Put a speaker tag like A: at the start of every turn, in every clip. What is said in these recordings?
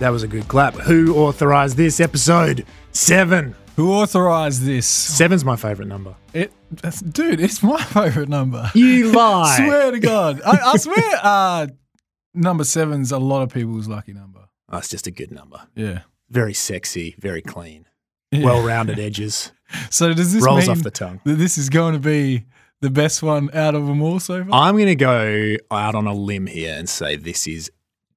A: That was a good clap. Who authorized this episode? Seven.
B: Who authorized this?
A: Seven's my favorite number.
B: It, that's- dude, it's my favorite number.
A: You lie.
B: Swear to God, I, I swear. Uh, number seven's a lot of people's lucky number.
A: That's Oh, just a good number.
B: Yeah.
A: Very sexy, very clean,
B: Yeah.
A: well rounded edges,
B: so does this
A: rolls
B: mean
A: off the tongue.
B: that this is going to be the best one out of them all so far?
A: I'm going to go out on a limb here and say this is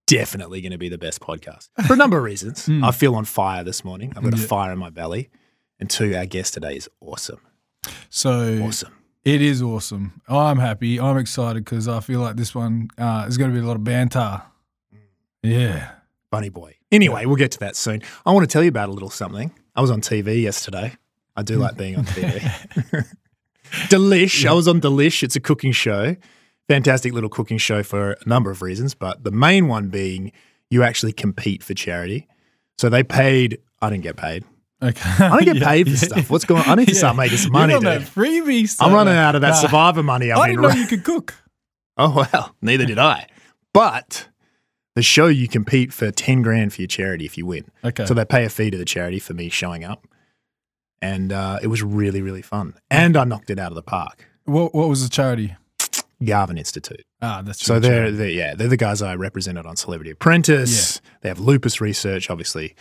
A: definitely going to be the best podcast for a number of reasons.
B: Mm.
A: I feel on fire this morning. I've got
B: Yeah.
A: a fire in my belly. And two, our guest today is awesome.
B: so
A: Awesome.
B: it is awesome. I'm happy. I'm excited because I feel like this one uh, is going to be a lot of banter.
A: Mm.
B: Yeah.
A: Bunny boy. Anyway, we'll get to that soon. I want to tell you about a little something. I was on TV yesterday. I do like being on TV. Delish. I was on Delish. It's a cooking show. Fantastic little cooking show for a number of reasons, but the main one being you actually compete for charity. So they paid. I didn't get paid.
B: Okay.
A: I don't get paid for stuff. What's going on? I need to start making some money,
B: You're on that
A: dude.
B: freebie stuff.
A: I'm running out of that
B: Nah.
A: survivor money.
B: I
A: I've
B: didn't
A: been
B: know
A: ra-
B: you could cook.
A: Oh well, neither did I. But the show you compete for ten grand for your charity if you win.
B: Okay.
A: So they pay a fee to the charity for me showing up, and uh, it was really really fun. And I knocked it out of the park.
B: what, what was the charity?
A: Garvin Institute.
B: Ah, that's
A: So
B: your
A: they're,
B: charity.
A: they're yeah they're the guys I represented on Celebrity Apprentice. They have lupus research, obviously,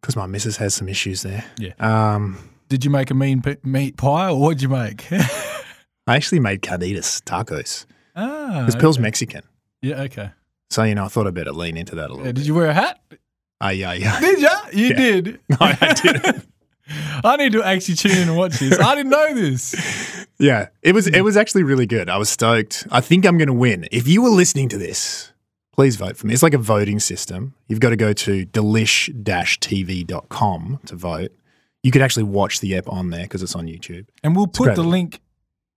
A: because my missus has some issues there.
B: Yeah.
A: Um,
B: Did you make a mean p- meat pie or what'd you make?
A: I actually made carnitas tacos
B: ah,
A: because Pill's Mexican.
B: yeah, okay.
A: So you know, I thought I'd better lean into that a little.
B: Yeah,
A: bit.
B: did you wear a hat?
A: Ah, yeah, yeah.
B: Did ya? You
A: Yeah.
B: did.
A: No, I didn't.
B: I need to actually tune in and watch this. I didn't know this.
A: Yeah, it was
B: Hmm.
A: it was actually really good. I was stoked. I think I'm going to win. If you were listening to this, please vote for me. It's like a voting system. You've got to go to delish-tv.com to vote. You could actually watch the app on there because it's on YouTube.
B: And we'll put
A: great.
B: the link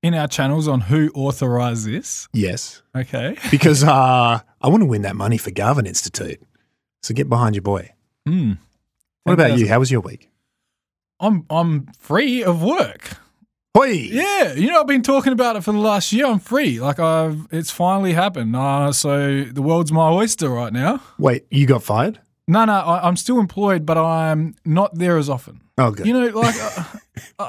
B: in our channels on who authorized this.
A: Yes,
B: Okay.
A: because uh, I want to win that money for Garvin Institute. So get behind your boy.
B: Hmm.
A: What about you?
B: 10,000.
A: How was your week?
B: I'm I'm free of work.
A: Hoi!
B: Yeah, you know I've been talking about it for the last year. I'm free. Like I've it's finally happened. Uh, so the world's my oyster right now.
A: Wait, you got fired?
B: No, no, I, I'm still employed, but I'm not there as often.
A: Oh, good.
B: You know, like uh,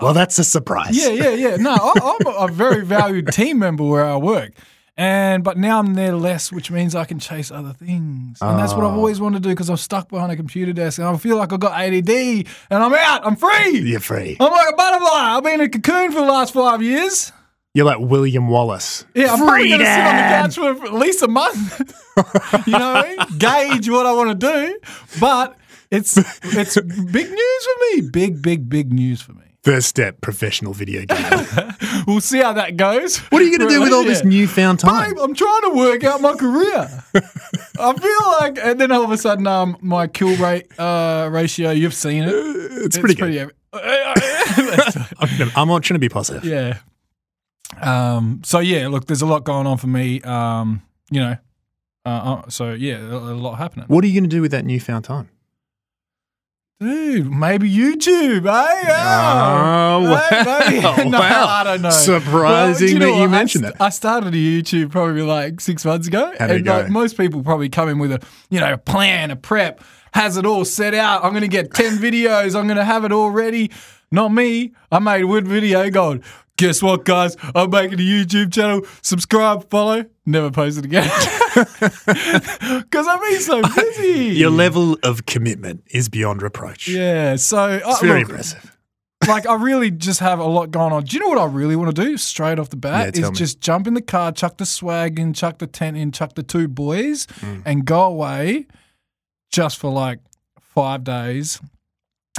A: well, that's a surprise.
B: yeah, yeah, yeah. No, I, I'm a, a very valued team member where I work, and but now I'm there less, which means I can chase other things, and that's what I've
A: Oh.
B: always wanted to do because I'm stuck behind a computer desk and I feel like I've got ADD, and I'm out. I'm free.
A: You're free.
B: I'm like a butterfly. I've been in a cocoon for the last five years.
A: You're like William Wallace.
B: Yeah, I'm probably going to sit on the
A: Freedom!
B: couch for at least a month. you know, gauge what I want to do. But it's it's big news for me. Big, big, big news for me.
A: First step, professional video game.
B: We'll see how that goes.
A: What are you going to do with all this
B: Yeah.
A: newfound time?
B: Babe, I'm trying to work out my career. I feel like, and then all of a sudden, um, my kill rate uh, ratio. You've seen it.
A: It's pretty good.
B: good.
A: I'm, gonna- I'm not trying to be positive.
B: Yeah. Um. So yeah, look, there's a lot going on for me. Um. You know. Uh. uh, So yeah, a, a lot happening.
A: What are you going to do with that newfound time?
B: Dude, maybe YouTube, eh? Yeah.
A: Oh,
B: Hey, maybe-
A: wow. Oh,
B: no,
A: Wow.
B: I don't know.
A: Surprising
B: do
A: that
B: what?
A: you
B: I
A: mentioned that.
B: I started a YouTube probably like six months ago.
A: How did it
B: and
A: go?
B: like most people probably come in with a you know a plan, a prep, has it all set out. I'm gonna get ten videos. I'm gonna have it all ready. Not me. I made one video going. Guess what, guys? I'm making a YouTube channel. Subscribe, follow. Never post it again. Because I've been so busy.
A: Your level of commitment is beyond reproach.
B: Yeah, so
A: It's
B: uh,
A: very
B: look,
A: impressive.
B: like I really just have a lot going on. Do you know what I really want to do straight off the bat?
A: Yeah, tell
B: is
A: me.
B: just jump in the car, chuck the swag in, chuck the tent in, chuck the two boys,
A: Mm.
B: and go away just for like five days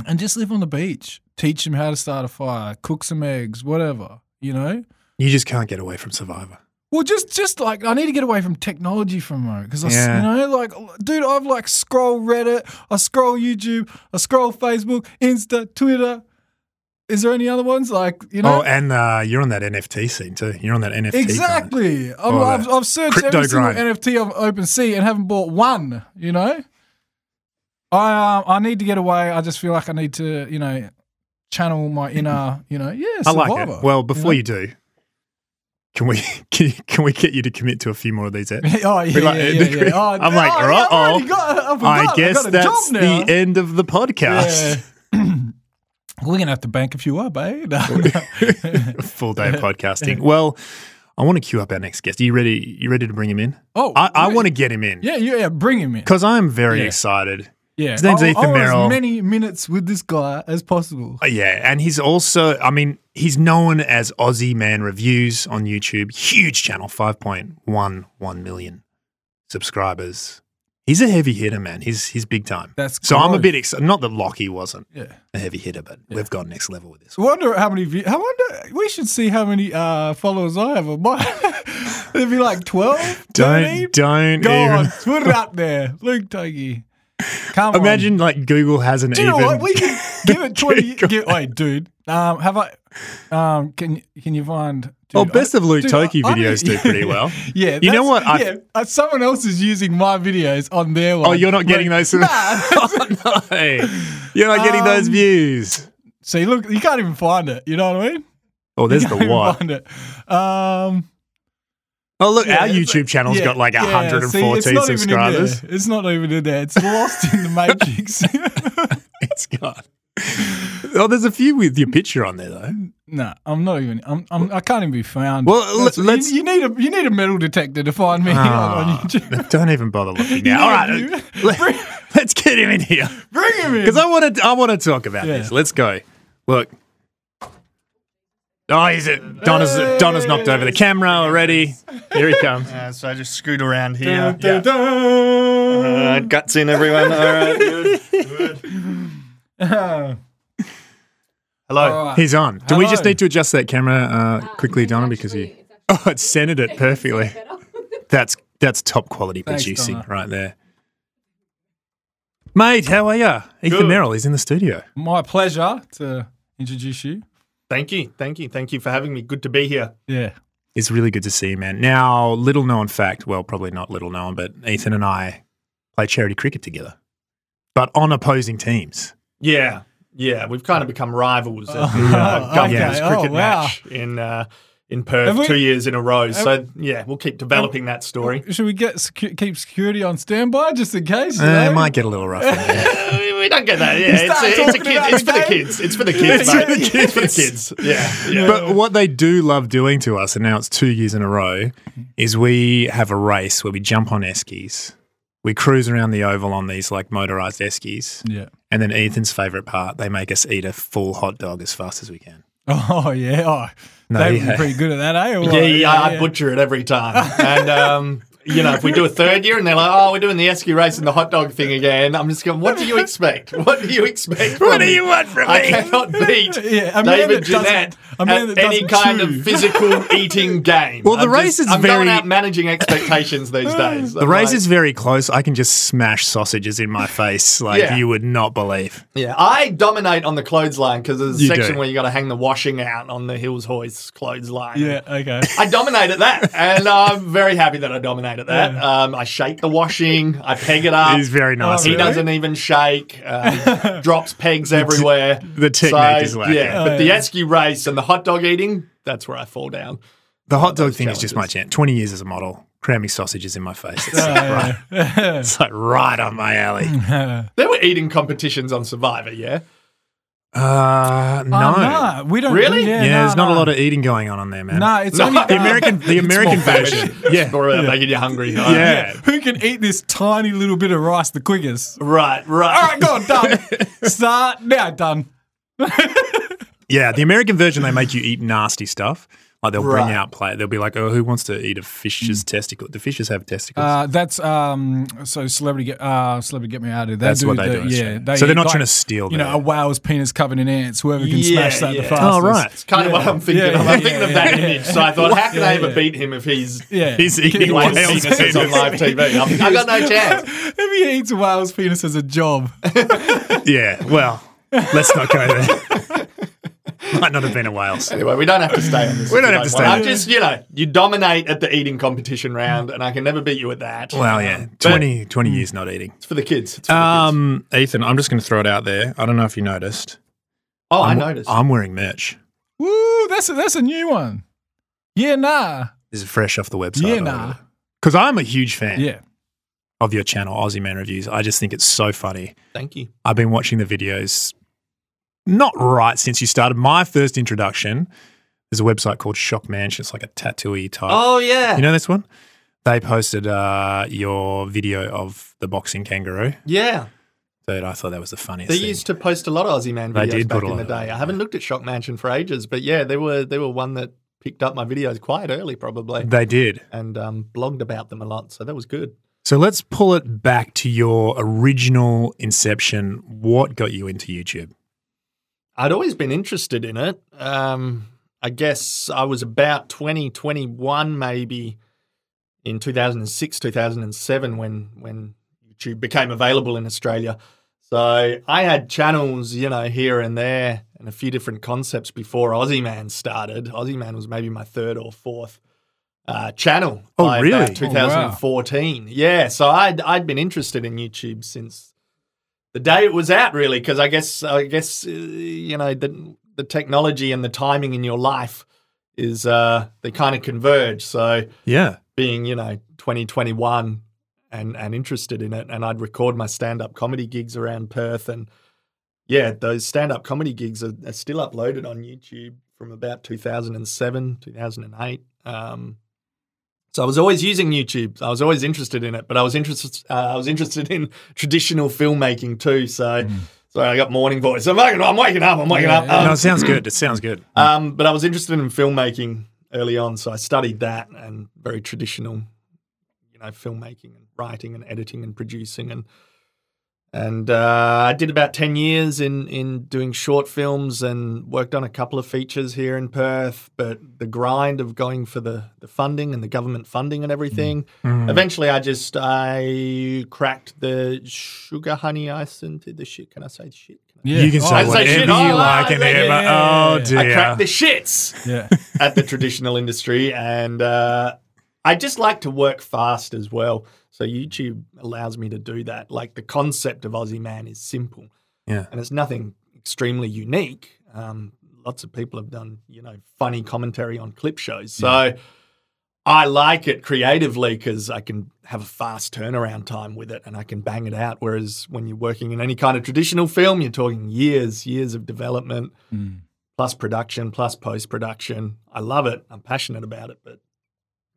B: and just live on the beach. Teach them how to start a fire, cook some eggs, whatever, you know?
A: You just can't get away from Survivor.
B: Well, just just like I need to get away from technology for a moment because I, s-
A: Yeah.
B: you know, like, dude, I've like scroll Reddit, I scroll YouTube, I scroll Facebook, Insta, Twitter. Is there any other ones like you know?
A: Oh, and uh, you're on that NFT scene too. You're on that NFT. grind.
B: exactly. I'm,
A: All
B: I've,
A: that.
B: I've searched
A: Crypto
B: every single
A: grind.
B: NFT on OpenSea and haven't bought one. You know, I um, I need to get away. I just feel like I need to, you know, channel my inner, you know, yeah,
A: I like
B: survivor,
A: it. Well, before
B: know?
A: you do, Can we can, can we get you to commit to a few more of these? Ed?
B: Oh yeah,
A: We're like,
B: yeah,
A: eh,
B: yeah,
A: the-
B: yeah. Oh,
A: I'm like,
B: yeah, I've already
A: uh-oh.
B: got- I, forgot,
A: I guess
B: got a
A: that's
B: job now.
A: the end of the podcast.
B: We're gonna have to bank a few up, eh? No, no.
A: Full day of podcasting. Well, I want to queue up our next guest. Are you ready? You ready to bring him in?
B: oh,
A: I, I
B: yeah.
A: want to get him in
B: Yeah, yeah, yeah. Bring him in.
A: because I'm very
B: Yeah.
A: excited.
B: Yeah,
A: His name's
B: I- I
A: Ethan
B: want
A: Merrill.
B: As many minutes with this guy as possible.
A: Uh, Yeah, and he's also, I mean, he's known as Aussie Man Reviews on YouTube. Huge channel, 5.11 million subscribers. He's a heavy hitter, man. He's he's big time.
B: That's
A: so I'm a
B: growth.
A: bit excited. Not that Lockie wasn't
B: Yeah.
A: a heavy hitter, but we've gone next level with this.
B: I wonder how many view- I wonder we should see how many uh, followers I have on mine. It'd be like 12, 13?
A: Don't don't
B: Go on,
A: even
B: put it up there. Luke Tuggy. Come on.
A: imagine like Google hasn't
B: Do you
A: even.
B: know what? We can give it 20. give, wait, dude. Um, have I. Um, can can you find? Dude,
A: well, Oh, best
B: I-
A: of Luke
B: dude,
A: Toki
B: I- I
A: videos do
B: need-
A: pretty well.
B: Yeah,
A: You know
B: that's-
A: what? I-
B: yeah, uh, someone else is using my videos on their one.
A: Oh, you're not getting
B: Like,
A: those. Oh, no. You're not getting those
B: Um,
A: views.
B: See, look, you can't even find it. You know what I mean?
A: Oh, there's
B: you
A: the
B: can't even
A: what.
B: Find it. Um,
A: Oh, look,
B: Yeah,
A: our
B: it's
A: YouTube channel's
B: yeah,
A: got like
B: yeah, see, it's
A: 114
B: not even in there.
A: subscribers.
B: It's not even in there. It's lost in the matrix.
A: It's got. Oh, there's a few with your picture on there though.
B: no, I'm not even. I'm, I'm. I can't even be found.
A: Well, l-
B: That's- you-
A: let's-
B: You, need a. You need a metal detector to find me on
A: Ah,
B: YouTube.
A: don't even bother looking
B: You
A: now. All right,
B: know,
A: uh,
B: you-
A: let, let's get him in here
B: Bring him in.
A: because I want to. I want to talk about
B: Yeah.
A: this. Let's go. Look. Oh, he's it. Donna's Donna's knocked over the camera already. Here he comes.
C: Yeah, Uh, so I just scoot around
B: Dun,
C: here.
B: dun, dun.
C: Uh, guts in, everyone. All right. Good. Good. Hello.
B: All right.
A: He's on. Do we just
B: Hello.
A: need to adjust that camera uh, quickly, Donna? Because you. Oh, it centered it perfectly. That's that's top quality
B: Thanks,
A: producing
B: Donna.
A: right there. Mate, how are ya? Ethan
C: Good.
A: Merrill is in the studio.
B: My pleasure to introduce you.
C: Thank you. Thank you. Thank you for having me. Good to be here.
B: Yeah.
A: It's really good to see you, man. Now, little known fact, well, probably not little known, but Ethan and I play charity cricket together, but on opposing teams.
C: Yeah. Yeah. We've kind of become rivals at the
B: Oh,
C: uh, Governors
B: okay. Oh,
C: cricket
B: wow.
C: match in uh, in
B: Have
C: Perth
B: we-
C: two years in a row. So, yeah, we'll keep developing that story.
B: Should we get secu- keep security on standby just in case? you
A: Uh,
B: know?
A: it might get a little rough. in there.
C: Uh, we we don't get that. Yeah, it's,
B: start
C: a, it's a
B: talking
C: kid.
B: about
C: It's
B: the
C: for the
B: game.
C: kids. It's for the kids.
A: It's for
C: mate.
A: the
C: It's for the kids. Yeah. yeah.
A: But what they do love doing to us, and now it's two years in a row, is we have a race where we jump on eskies. We cruise around the oval on these like motorized eskies.
B: Yeah.
A: And then Ethan's favorite part, they make us eat a full hot dog as fast as we can.
B: Oh yeah. Oh,
A: No,
B: they would
A: yeah.
B: be pretty good at that, eh? Well,
C: Yeah, yeah, I butcher it every time. And um, you know, if we do a third year and they're like, "Oh, we're doing the esky race and the hot dog thing again," I'm just going, "What do you expect? What do you expect? from me?
A: want from
C: I cannot beat
B: Yeah, a man
C: David
B: that doesn't-
C: Jeanette
B: a man
C: at
B: that
C: any
B: doesn't
C: kind
B: chew.
C: of physical eating game.
A: Well, the
C: I'm
A: race is
C: I'm
A: very-
C: going out managing expectations these days.
A: The race is very close. I can just smash sausages in my face like
C: Yeah.
A: you would not believe.
C: yeah. I dominate on the clothesline because there's a
A: You do.
C: section where you got to hang the washing out on the Hills Hoist clothesline.
B: Yeah. Okay.
C: I dominate at that, and I'm very happy that I dominate at that. Um, I shake the washing, I peg it up.
A: He's very nice.
C: Uh, oh,
A: at
C: he
A: it.
B: really?
C: doesn't even shake. Um, drops pegs everywhere.
A: the technique is lacking.
C: Yeah,
B: Oh,
C: but the
B: yeah.
C: esky race and the hot dog eating—that's where I fall down.
A: The hot dog thing is just my
C: challenges.
A: chance. 20 years as a model, cramming sausages in my face. It's, like, right,
B: Uh, yeah.
A: it's like right on my alley.
B: Hmm.
C: There were eating competitions on Survivor, yeah.
A: Uh, no.
B: Oh, nah, we don't
C: Really?
B: Yeah,
A: Yeah,
B: nah,
A: there's not a
B: nah.
A: lot of eating going on on there, man.
B: Nah, it's
C: No.
B: only
A: the American, the American
B: more famous.
A: version.
C: It's
A: Yeah,
C: more about making you hungry.
A: Yeah.
B: Who can eat this tiny little bit of rice the quickest?
C: Right, right.
B: All right, go on, done. Start now, done.
A: yeah. The American version, they make you eat nasty stuff. Like they'll bring
C: Right.
A: out plate. They'll be like, "Oh, who wants to eat a fish's testicle? Do fishes have testicles?"
B: Uh, that's um. So celebrity get uh celebrity get me out of here. They
A: That's
B: do
A: what they do
B: the,
A: in
B: Yeah,
A: Australia. So they're
B: eat,
A: not trying to steal
B: You know,
A: that.
B: a whale's penis covered in ants. Whoever can
C: Yeah,
B: smash that the
C: yeah.
B: fastest.
A: oh, right.
C: It's kind of what I'm thinking
B: Yeah,
C: of.
B: yeah,
C: I'm thinking
B: yeah,
C: of that
B: yeah,
C: image. So I thought, how can I ever beat him if he's
B: Yeah.
A: He's
C: eating
A: eating
C: like
A: whales.
C: penises on live TV? I'm- I got no chance.
B: if he eats a whale's penis as a job.
A: Yeah. Well, let's not go there. Might not have been a whale.
C: Anyway, we don't have to stay on this.
A: We
C: if
A: don't
C: you
A: have to
C: want.
A: stay
C: I'm
A: on it.
C: just, you know, you dominate at the eating competition round, and I can never beat you at that.
A: Well, yeah,
C: But
A: 20, 20 years not eating.
C: It's for the kids. It's for the kids.
A: Um, Ethan, I'm just going to throw it out there. I don't know if you noticed.
C: Oh, i
A: I'm-
C: noticed.
A: I'm wearing merch.
B: Woo, that's a, that's a new one. Yeah, nah.
A: This is fresh off the website.
B: Yeah, nah.
A: Because I'm a huge fan
B: Yeah.
A: of your channel, Aussie Man Reviews. I just think it's so funny.
C: Thank you.
A: I've been watching the videos not right since you started. My first introduction, there's a website called Shock Mansion. It's like a tattooy type.
C: Oh yeah,
A: uh, You know this one? They posted uh, your video of the boxing kangaroo.
C: yeah.
A: Dude, I thought that was the funniest
C: They
A: thing.
C: used to post a lot of Aussie Man
A: They
C: videos
A: did
C: back
A: put a lot
C: in the
A: of
C: day.
A: them,
C: I haven't looked at Shock Mansion for ages, but yeah, they were they were one that picked up my videos quite early, probably,
A: they did.
C: and um, blogged about them a lot. So that was good.
A: So let's pull it back to your original inception. What got you into YouTube?
C: I'd always been interested in it. Um, I guess I was about 20, 21 maybe in 2006, 2007 when when YouTube became available in Australia. So I had channels, you know, here and there and a few different concepts before Aussie Man started. Aussie Man was maybe my third or fourth uh, channel.
A: Oh,
C: by about
A: really?
C: 2014. Yeah. So I'd, I'd been interested in YouTube since the day it was out, really, because I guess I guess uh, you know the the technology and the timing in your life is uh, they kind of converge. So
A: Yeah.
C: being you know 2021 and and interested in it, and I'd record my stand up comedy gigs around Perth, and yeah, those stand up comedy gigs are, are still uploaded on YouTube from about 2007 2008. Um, so I was always using YouTube. I was always interested in it, but I was interested. Uh, I was interested in traditional filmmaking too. So, sorry, I got morning voice. I'm waking, I'm waking up. I'm waking
B: Mm. Yeah,
C: up.
B: yeah.
C: Um,
A: no, it sounds good. It sounds good.
C: um, but I was interested in filmmaking early on, so I studied that and very traditional, you know, filmmaking and writing and editing and producing and and uh, I did about ten years in in doing short films and worked on a couple of features here in Perth. But the grind of going for the the funding and the government funding and everything,
A: Mm.
C: Eventually, I just I cracked the sugar honey ice into the shit. Can I say shit? Can I-
B: Yeah.
A: You can
B: Oh,
A: say
C: I say
A: whatever
C: shit.
A: you
C: Oh,
A: like and
C: yeah,
A: ever.
B: yeah, yeah,
A: Oh,
B: yeah.
A: dear.
C: I cracked the shits
B: Yeah.
C: at the traditional industry, and uh, I just like to work fast as well. So YouTube allows me to do that. Like the concept of Aussie Man is simple,
A: Yeah.
C: and it's nothing extremely unique. Um, lots of people have done, you know, funny commentary on clip shows. So I like it creatively because I can have a fast turnaround time with it and I can bang it out. Whereas when you're working in any kind of traditional film, you're talking years, years of development,
B: Mm.
C: plus production, plus post production. I love it. I'm passionate about it, but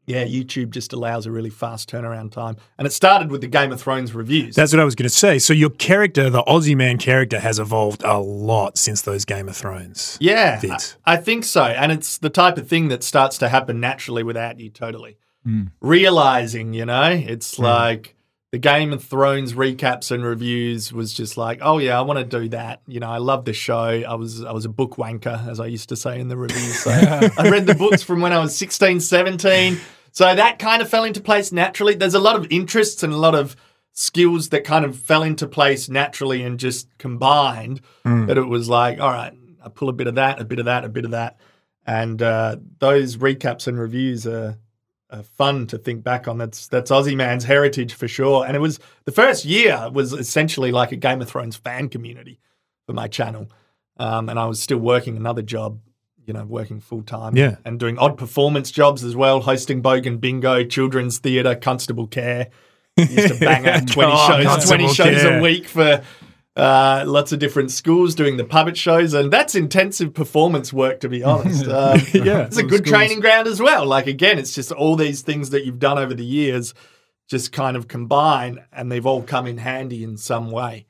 C: yeah, YouTube just allows a really fast turnaround time. And it started with the Game of Thrones reviews.
A: That's what I was going to say. So your character, the Aussie man character, has evolved a lot since those Game of Thrones.
C: yeah,
A: Vince.
C: I, I think so. And it's the type of thing that starts to happen naturally without you totally
B: Mm.
C: realizing, you know, it's
A: Hmm.
C: like the Game of Thrones recaps and reviews was just like, oh yeah, I want to do that. You know, I love the show. I was I was a book wanker, as I used to say in the reviews. So I read the books from when I was 16, 17. So that kind of fell into place naturally. There's a lot of interests and a lot of skills that kind of fell into place naturally and just combined that it was like, all right, I pull a bit of that, a bit of that, a bit of that. And uh, those recaps and reviews are uh, fun to think back on. That's that's Aussie man's heritage for sure. And it was the first year was essentially like a Game of Thrones fan community for my channel, um, and I was still working another job, you know, working full time,
A: Yeah.
C: and doing odd performance jobs as well, hosting Bogan Bingo, children's theatre, Constable Care. Used to bang out twenty
A: Oh,
C: shows, twenty
A: Constable
C: shows
A: Care.
C: a week for. Uh, lots of different schools doing the puppet shows, and that's intensive performance work, to be honest. Um,
A: Yeah.
C: it's a
B: Some
C: good
B: schools.
C: training ground as well. Like again, it's just all these things that you've done over the years just kind of combine and they've all come in handy in some way.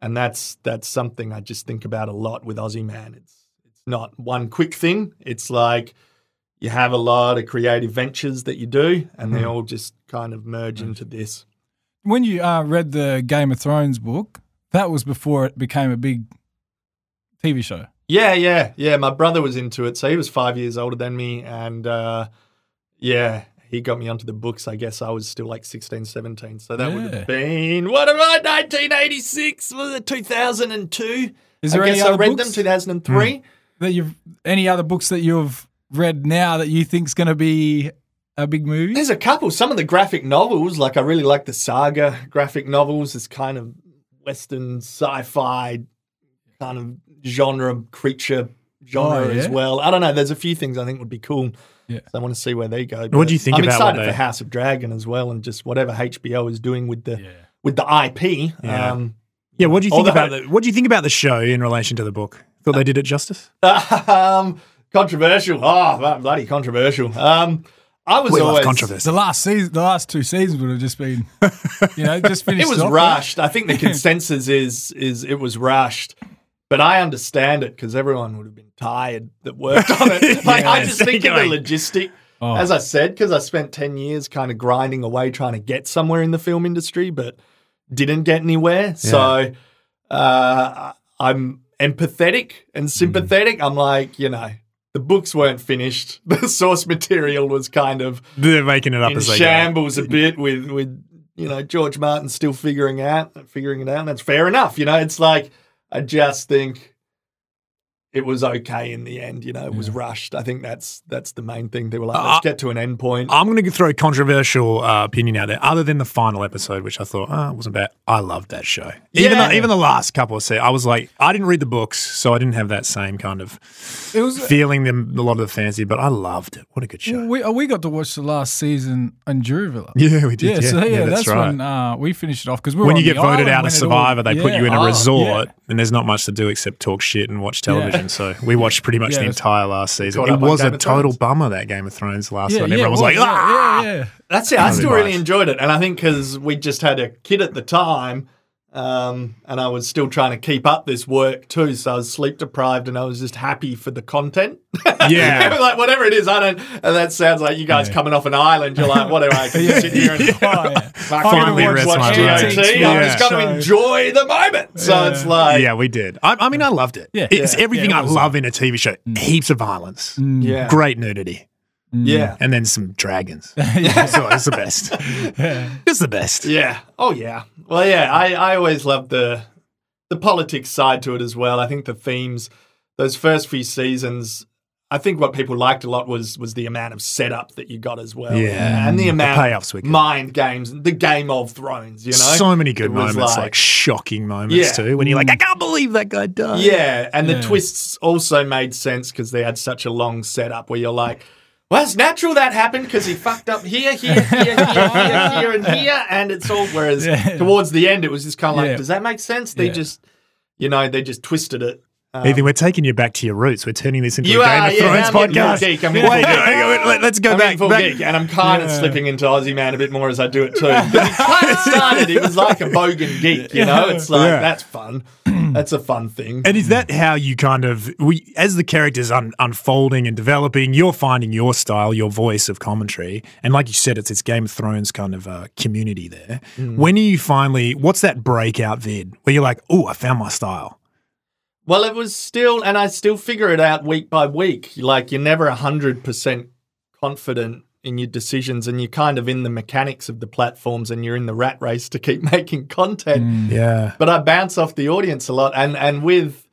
C: And that's that's something I just think about a lot with Aussie Man. It's it's not one quick thing. It's like you have a lot of creative ventures that you do and they all just kind of merge into this.
B: When you uh, read the Game of Thrones book, that was before it became a big TV show.
C: Yeah, yeah, yeah. My brother was into it, so he was five years older than me, and uh, yeah, he got me onto the books. I guess I was still like 16, 17, so that would
B: Yeah.
C: have been what am I? Nineteen eighty six was it two thousand and two?
B: Is
C: I
B: there
C: guess
B: any
C: I
B: other
C: read
B: books
C: them two thousand and three.
B: that you've any other books that you've read now that you think's going to be a big movie?
C: There's a couple. Some of the graphic novels, like I really like the Saga graphic novels, is kind of Western sci-fi kind of genre creature genre
B: Oh, yeah?
C: as well. I don't know. There's a few things I think would be cool
B: Yeah.
C: So I want to see where they go.
A: What do you
C: But
A: think
C: I'm
A: about what
C: excited
A: they-
C: for House of Dragon as well, and just whatever HBO is doing with the
B: Yeah.
C: with the IP.
A: Yeah.
C: Um,
A: Yeah, what do you think
C: Although-
A: about the what do you think about the show in relation to the book? Thought they did it justice.
C: um, controversial. Oh, man, bloody controversial. Um, I was
A: We
C: always
A: love controversy.
B: The last season, the last two seasons would have just been, you know, just finished.
C: It was
B: off,
C: rushed. I think the consensus is is it was rushed. But I understand it because everyone would have been tired that worked on it. Like I
A: Yeah.
C: just think of the
A: Like-
C: logistic.
B: Oh.
C: As I said, because I spent ten years kind of grinding away trying to get somewhere in the film industry, but didn't get anywhere. So uh, I'm empathetic and sympathetic. I'm like, you know, the books weren't finished. The source material was kind of
A: They're making it up
C: in
A: as they
C: shambles a bit with with you know George Martin still figuring out figuring it out. And that's fair enough. You know, it's like I just think it was okay in the end. You know, it was rushed. I think that's that's the main thing. They were like,
A: Uh,
C: let's get to an end point.
A: go. I'm going to throw a controversial uh, opinion out there. Other than the final episode, which I thought oh, it wasn't bad, I loved that show. Even
C: Yeah.
A: though, even the last couple of se- I was like, I didn't read the books, so I didn't have that same kind of
B: It was Mm.
A: feeling them a lot of the fancy. But I loved it. What a good show!
B: We, we got to watch the last season on Juravilla.
A: Yeah, we
B: Yeah,
A: did. Yeah,
B: so yeah,
A: yeah,
B: that's,
A: that's, right.
B: when uh, we finished it off because we were
A: when
B: on
A: you get
B: the
A: voted
B: island
A: out of
B: when it all-
A: Survivor, they put
B: Yeah.
A: you in a
C: Oh,
A: resort, and there's not much to do except talk shit and watch television.
B: Yeah.
A: So we watched pretty much
B: Yeah,
A: the
B: that's-
A: entire last season.
C: Caught
A: It
C: up on
A: was
C: Game
A: a
C: of
A: total
C: Thrones.
A: bummer that Game of Thrones last
B: Yeah,
A: one.
B: yeah,
A: Everyone was
B: well,
A: like, ah.
B: yeah, yeah,
C: That's it. I
A: Really
C: still really
A: nice.
C: enjoyed it, and I think because we just had a kid at the time. Um, and I was still trying to keep up this work too, so I was sleep deprived, and I was just happy for the content.
A: Yeah.
C: like whatever it is, I don't. And that sounds like you guys coming off an island. You're like, whatever. I can sit here and
B: Oh, yeah.
C: Like,
A: Finally
C: I'm gonna
A: rest
C: watch
A: my
C: GOT.
B: brain.
C: I'm
A: Yeah.
C: just going
B: So-
C: to enjoy the moment. So
B: Yeah.
C: it's like,
A: yeah, we did. I, I mean, I loved it.
B: Yeah.
A: it's
C: Yeah.
A: everything
B: Yeah,
A: I
B: it was-
A: love in a TV show. Heaps of violence,
C: Mm.
B: Mm,
C: yeah,
A: great nudity,
C: yeah,
A: and then some dragons. so it's the best. It's the best.
C: yeah. Oh yeah. Well, yeah. I, I always love the the politics side to it as well. I think the themes, those first few seasons. I think what people liked a lot was was the amount of setup that you got as well,
A: Yeah.
C: and the
A: The
C: amount
A: payoffs were good.
C: mind games, the Game of Thrones, you know,
A: so many good
C: It was
A: moments, like,
C: like-
A: shocking moments
C: Yeah. Mm.
A: too. When you're like, I can't believe that guy died.
C: Yeah, and
B: Yeah.
C: the twists also made sense because they had such a long setup where you're like, well, it's natural that happened because he fucked up here, here, here, here, here, here, and here, and it's all. Whereas
B: Yeah.
C: towards the end, it was just kind of like,
B: Yeah.
C: does that make sense? They
B: Yeah.
C: just, you know, they just twisted it. Um,
A: Ethan, we're taking you back to your roots. We're turning this into
C: You
A: a Game
C: are,
A: of
C: yeah,
A: Thrones
C: I'm getting
A: podcast.
C: full geek, I'm
A: Wait,
C: getting full geek.
A: hang on, let- let's go
C: I'm
A: back.
C: in full
A: back-
C: geek, and I'm kind of
B: Yeah.
C: slipping into Aussie man a bit more as I do it too. Because he kind of started, he was like a bogan geek, you know. It's like
A: Yeah.
C: that's fun. That's a fun thing.
A: And is that how you kind of we as the characters un, unfolding and developing, you're finding your style, your voice of commentary, and like you said, it's this Game of Thrones kind of uh, community there.
C: Mm.
A: When are you finally? What's that breakout vid where you're like, oh, I found my style?
C: Well, it was still, and I still figure it out week by week. Like you're never hundred percent confident in your decisions, and you're kind of in the mechanics of the platforms, and you're in the rat race to keep making content.
A: Yeah,
C: But I bounce off the audience a lot, and and with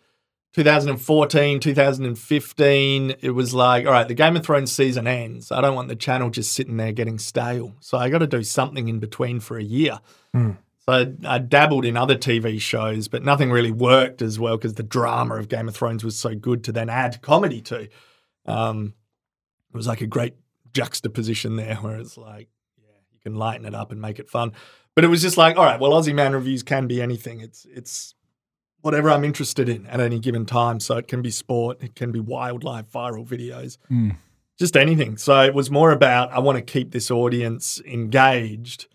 C: 2014, 2015, it was like, all right, the Game of Thrones season ends. I don't want the channel just sitting there getting stale, so I got to do something in between for a year. So I, I dabbled in other TV shows, but nothing really worked as well because the drama of Game of Thrones was so good to then add comedy to. Um, it was like a great juxtaposition there where it's like, yeah, you can lighten it up and make it fun. But it was just like, all right, well, Aussie Man reviews can be anything. It's it's whatever I'm interested in at any given time. So it can be sport, it can be wildlife, viral videos,
B: Mm.
C: just anything. So it was more about I want to keep this audience engaged.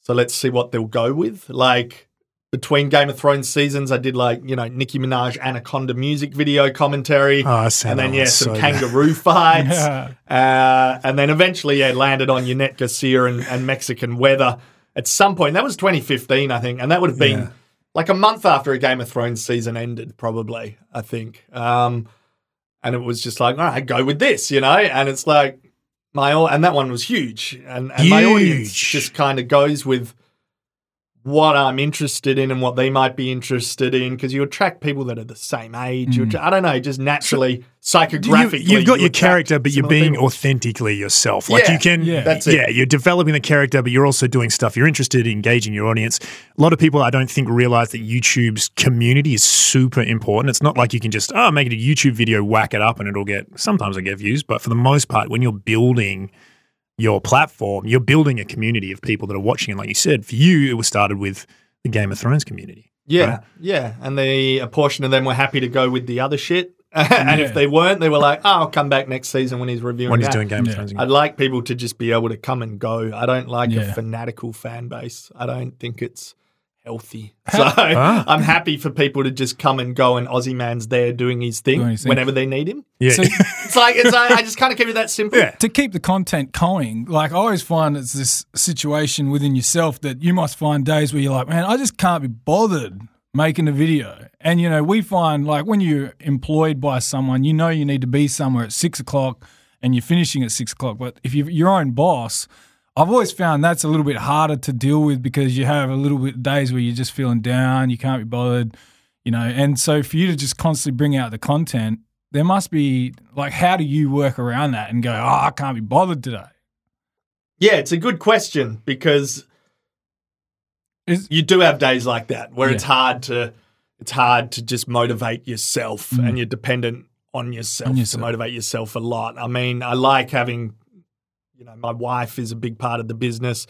C: So let's see what they'll go with. Like between Game of Thrones seasons, I did like you know Nicki Minaj Anaconda music video commentary,
A: oh, I see
C: and
A: that
C: then
A: one
C: yeah, some
A: so good.
C: kangaroo fights.
B: Yeah.
C: Uh, and then eventually, yeah, landed on Yannette Garcia and, and Mexican weather at some point. That was 2015, I think. And that would have been
A: Yeah.
C: like a month after a Game of Thrones season ended, probably, I think. Um, and it was just like, all right, go with this, you know? And it's like, my, au- and that one was huge. And, and my audience
A: Huge.
C: just kind of goes with what I'm interested in and
A: Mm.
C: what they might be interested in because you attract people that are the same age. You attra- I don't know, just naturally psychographically.
A: You, have got
C: you
A: your
C: attract
A: character, but you're
C: similar
A: being
C: people.
A: authentically yourself. Like
C: Yeah,
A: you can,
B: yeah.
C: That's it.
A: yeah, you're developing the character, but you're also doing stuff you're interested in, engaging your audience. A lot of people, I don't think, realize that YouTube's community is super important. It's not like you can just oh make it a YouTube video, whack it up, and it'll get. Sometimes I get views, but for the most part, when you're building your platform, you're building a community of people that are watching. And like you said, for you, it was started with the Game of Thrones community.
C: Yeah,
A: Right.
C: yeah. And the a portion of them were happy to go with the other shit, and
B: Yeah.
C: if they weren't, they were like, "Oh, I'll come back next season when he's reviewing."
A: When he's
C: that."
A: doing Game
B: Yeah.
A: of Thrones,
C: I'd like people to just be able to come and go. I don't like
B: Yeah.
C: a fanatical fan base. I don't think it's healthy. So
B: How-
C: I'm happy for people to just come and go, and Aussie man's there doing his thing,
B: Doing his thing.
C: whenever they need him.
A: yeah,
B: So-
C: It's like it's like, I just kind of keep it that simple.
A: Yeah.
B: to keep the content going, like I always find it's this situation within yourself that you must find days where you're like, man, I just can't be bothered making a video. And, you know, we find like when you're employed by someone, you know you need to be somewhere at six o'clock and you're finishing at six o'clock. But if you're your own boss, I've always found that's a little bit harder to deal with because you have a little bit days where you're just feeling down, you can't be bothered, you know. And so for you to just constantly bring out the content, there must be like, how do you work around that and go, oh, I can't be bothered today?
C: Yeah, it's a good question because
B: Is-
C: you do have days like that where it's
B: Yeah.
C: hard to it's hard to just motivate yourself and you're dependent on yourself,
B: Mm. On yourself.
C: to motivate yourself a lot. I mean, I like having you know, my wife is a big part of the business.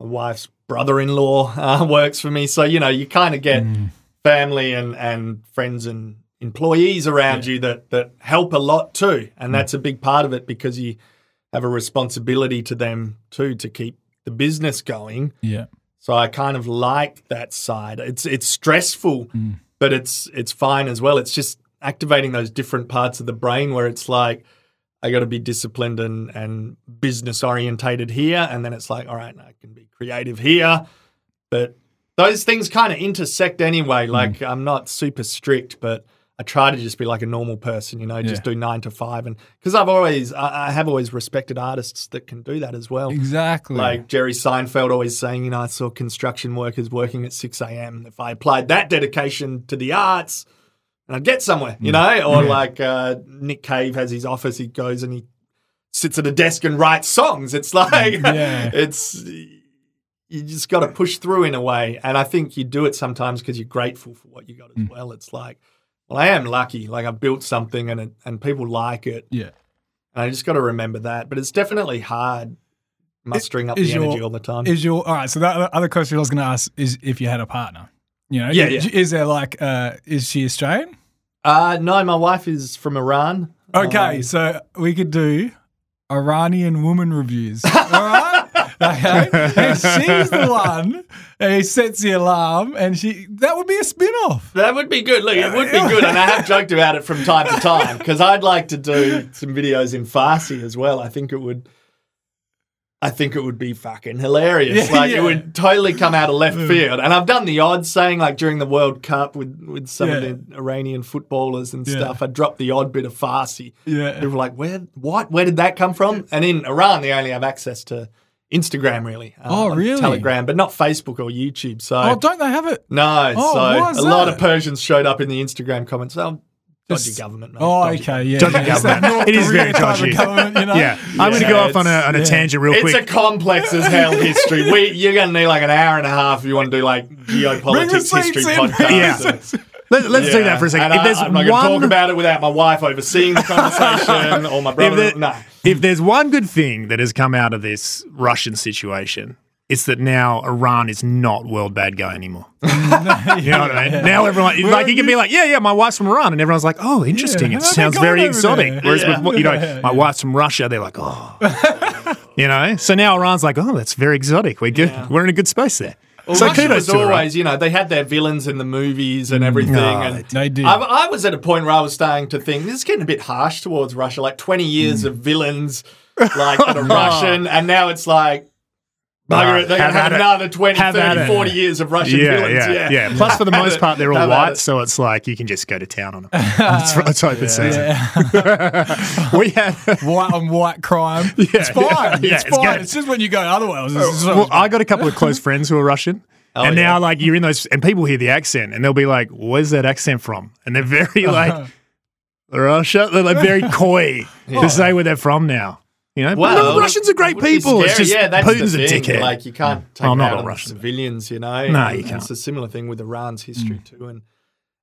C: My wife's brother-in-law uh, works for me, so you know, you kind of get
B: Mm,
C: family and and friends and employees around you that that help a lot too, and that's a big part of it because you have a responsibility to them too to keep the business going.
B: Yeah.
C: So I kind of like that side. It's it's stressful, but it's it's fine as well. It's just activating those different parts of the brain where it's like I got to be disciplined and and business orientated here, and then it's like all right, I can be creative here, but those things kind of intersect anyway. Like I'm not super strict, but I try to just be like a normal person, you know, just
B: Yeah.
C: do nine to five, and because I've always I, I have always respected artists that can do that as well.
B: Exactly.
C: Like Jerry Seinfeld always saying, you know, I saw construction workers working at 6 a.m. If I applied that dedication to the arts, and I'd get somewhere,
B: Mm.
C: you know? Or like uh, Nick Cave has his office, he goes and he sits at a desk and writes songs. It's like,
B: Yeah.
C: it's, you just got to push through in a way. And I think you do it sometimes because you're grateful for what you got
B: Hmm.
C: as well. It's like, well, I am lucky. Like I built something and it, and people like it.
B: yeah.
C: And I just got to remember that. But it's definitely hard mustering up
B: Is
C: the
B: your-
C: energy all the time.
B: Is your, all right. So, that other question I was going to ask is if you had a partner, you know,
C: Yeah,
B: is,
C: yeah.
B: is there like, uh, is she Australian?
C: uh, no, my wife is from Iran.
B: Okay,
C: Um,
B: so we could do Iranian woman reviews. All right. Okay. And she's the one who sets the alarm, and she that would be a spin off.
C: that would be good. Look, it would be good. And I have joked about it from time to time because I'd like to do some videos in Farsi as well. I think it would. I think it would be fucking hilarious.
B: Yeah,
C: like
B: yeah. Mm.
C: it would totally come out of left field. And I've done the odd saying like during the World Cup with, with some
B: Yeah.
C: of the Iranian footballers and
B: Yeah.
C: stuff. I dropped the odd bit of Farsi.
B: Yeah.
C: People were like, where, what, where did that come from? And in Iran, they only have access to Instagram, really. uh,
B: Oh,
C: and
B: really?
C: Telegram, but not Facebook or YouTube. So,
B: Oh, don't they have it?
C: no.
B: Oh, why is
C: so, a lot
B: that?
C: of Persians showed up in the Instagram comments. Oh, dodgy
B: Just-
C: government. Mate.
B: Oh,
C: dodgy.
B: okay. Yeah.
A: Dodgy
B: yeah. It's that
A: government.
B: North
A: It is very
B: Korea type of
A: dodgy.
B: government, you know?
A: yeah. I'm going to
C: Yeah,
A: go off on a, on a
B: it's-
A: tangent real
C: It's
A: quick.
C: a complex as hell history. We, you're going to need like an hour and a half if you want to do like
B: Bring the
C: geopolitics history
B: seats in.
C: podcast.
A: Yeah. Let, let's do that for a second.
C: And
A: If
C: I,
A: there's
C: I'm not going to
A: one,
C: talk about it without my wife overseeing the conversation or my
A: if,
C: brother.
A: there-
C: no.
A: if there's one good thing that has come out of this Russian situation, it's that now Iran is not world bad guy anymore. You know what I mean? Now everyone, it's like, you can be like, yeah, yeah, my wife's from Iran, and everyone's like, oh, interesting.
B: Yeah,
A: it
B: how they
A: sounds
B: going
A: very
B: over
A: exotic.
B: there?
A: Whereas
C: Yeah.
A: with what you know, my wife's from Russia, they're like, oh, you know. So now Iran's like, oh, that's very exotic. We're good. We're in a good space there.
C: Well,
A: so
C: Russia
A: kudos
C: was
A: to Iran.
C: always, you know, they had their villains in the movies and everything.
A: Oh,
C: and
B: They did.
C: I, I was at a point where I was starting to think this is getting a bit harsh towards Russia. Like twenty
A: Mm.
C: years of villains, like that are Russian, and now it's like. Bugger it, they're
A: have
C: going to have
A: at it.
C: another 20,
A: Have at
C: 30,
A: it.
C: 40 years of Russian
A: yeah,
C: villains.
A: yeah,
C: Yeah,
A: yeah, Plus, for the
C: Have
A: most
C: it.
A: part, they're all
C: Have at
A: white,
C: it.
A: so it's like you can just go to town on them. it's, it's open season. we had.
B: White on white crime. it's fine.
A: yeah,
B: it's,
A: yeah, it's
B: fine.
A: good. Oh,
B: It's just when you go otherwise. It's just
A: Well, I got a couple of close friends who are Russian.
C: Oh,
A: and now, like,
C: Uh-huh.
A: you're in those, and people hear the accent, and they'll be like, "Where's that accent from?" And they're very like, Russia. They're like very coy to say where they're from now. You know, but no,
C: Well,
A: Russians are great
C: would be
A: people. It's
C: scary.
A: just
C: yeah, that's
A: Putin's
C: the
A: a
C: thing.
A: dickhead.
C: Like you can't take
A: Well,
C: it
A: not
C: out
A: all
C: on
A: Russians.
C: civilians, you know.
A: No,
C: And
A: you can't. Mm.
C: It's a similar thing with Iran's history too, and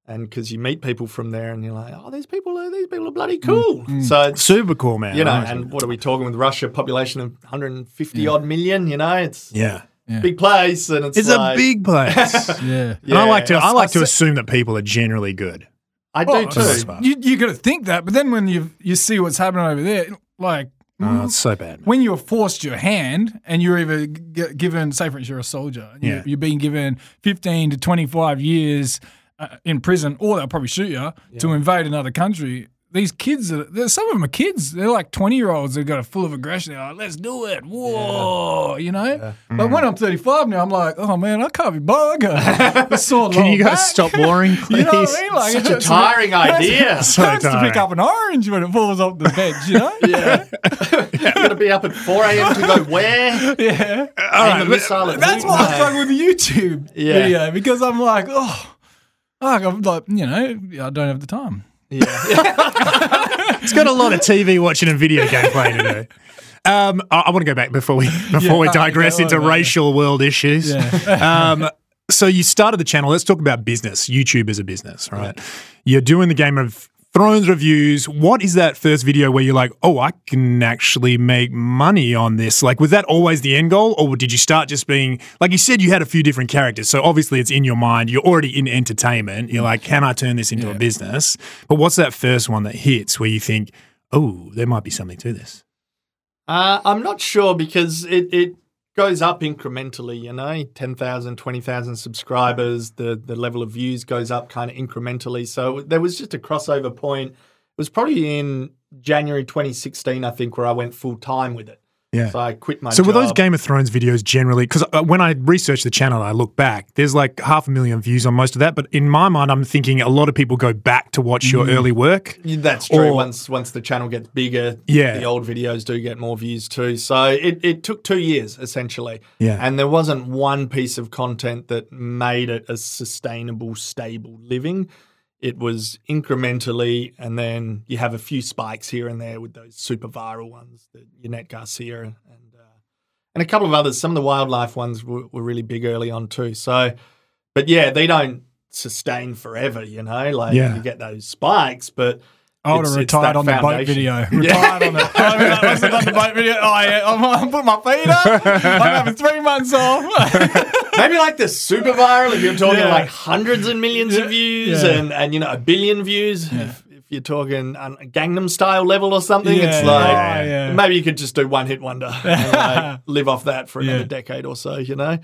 C: and because you meet people from there, and you're like, oh, these people, are, these people are bloody cool.
A: Mm.
C: So it's,
A: Super cool, man.
C: you know,
A: Right.
C: and what are we talking with Russia? Population of 150 odd million. You know, it's
A: yeah,
C: a big place, and it's
A: it's
C: like-
A: a big place.
B: Yeah.
A: And I
C: Yeah.
A: like to I like to
B: I-
A: assume that people are generally good.
C: I do
B: Oh,
C: too.
A: that's fine.
B: You you got to think that, but then when you you see what's happening over there, like
A: Oh, it's so bad. man.
B: when you're forced your hand and you're either g- given, say for instance, you're a soldier, and
A: Yeah.
B: you're, you're being given 15 to 25 years uh, in prison, or they'll probably shoot you to invade another country. These kids, are, there's- some of them are kids. They're like 20 year olds. They've got a full of aggression. They're like, let's do it. Whoa, you know? But when I'm 35 now, I'm like, oh man, I can't be bugger. The sword
A: Can you
B: roll
A: guys
B: back.
A: stop warring,
B: You know what
A: please?
B: I mean? Like,
C: Such a
B: it's like-
C: tiring idea.
A: So
B: hurts to
A: tiring.
B: pick up an orange when it falls off the bench, you know?
C: yeah. You're going to be up at 4 a.m. to go where?
B: yeah.
A: All
C: Aim a
A: right, but-
C: missile at
B: That's
C: who?
B: why I
C: No.
B: struggle with the YouTube
C: Yeah.
B: video because I'm like, oh, fuck, I'm like, you know, I don't have the time.
A: It's got a lot of TV watching and video game playing today. Um, I, want to go back before we before we
B: Yeah,
A: digress
B: go
A: into
B: on, mate.
A: racial world issues. um, so you started the channel. Let's talk about business. YouTube is a business, right? You're doing the Game of Thrones reviews. What is that first video where you're like, oh, I can actually make money on this? Like, was that always the end goal, or did you start just being like you said? You had a few different characters, so obviously it's in your mind. You're already in entertainment. You're like, can I turn this into a business? But what's that first one that hits where you think? Oh, there might be something to this.
C: Uh, I'm not sure because it, it goes up incrementally, you know, 10,000, 20,000 subscribers, the, the level of views goes up kind of incrementally. So there was just a crossover point. It was probably in January 2016, I think, where I went full time with it.
A: Yeah.
C: So I quit my
A: So were those
C: job.
A: Game of Thrones videos generally? Because when I research the channel, and I look back. There's like half a million views on most of that. But in my mind, I'm thinking a lot of people go back to watch your
C: Mm.
A: early work.
C: Yeah, That's true.
A: Or-
C: once once the channel gets bigger,
A: Yeah.
C: the old videos do get more views too. So it, it took two years essentially.
A: Yeah.
C: And there wasn't one piece of content that made it a sustainable, stable living. It was incrementally, and then you have a few spikes here and there with those super viral ones, the Yannette Garcia and uh, and a couple of others. Some of the wildlife ones were, were really big early on too. So, but yeah, they don't sustain forever, you know. Like
A: Yeah.
C: you get those spikes, but
B: I would have
C: it's- it's
B: retired
C: that
B: on the boat
C: foundation.
B: video. Retired on the. I mean, I must have done the boat video. Oh, yeah, I'm, I'm putting my feet up. I'm having three months off.
C: Maybe like the super viral, if you're talking
B: Yeah.
C: like hundreds and millions
B: Yeah.
C: of views
B: Yeah.
C: and, and, you know, a billion views. If, if you're talking um, a Gangnam style level or something,
B: Yeah,
C: it's like
B: yeah, yeah.
C: maybe you could just do one hit wonder and like live off that for another
B: Yeah.
C: decade or so, you know?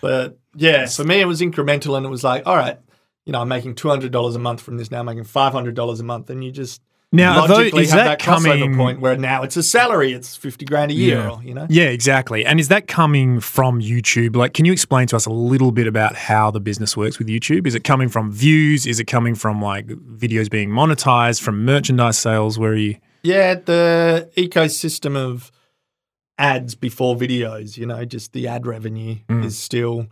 C: But yeah, for me, it was incremental and it was like, all right, you know, I'm making $200 a month from this now, I'm making $500 a month. And you just
A: Now, are tho-
C: logically
A: is
C: have
A: that
C: that, crossover
A: coming-
C: point where now it's a salary, it's 50 grand a year,
B: Yeah.
C: or, you know?
A: Yeah, exactly. And is that coming from YouTube? Like, can you explain to us a little bit about how the business works with YouTube? Is it coming from views? Is it coming from like videos being monetized, from merchandise sales? Where are you?
C: Yeah, the ecosystem of ads before videos, you know, just the ad revenue
A: Mm.
C: is still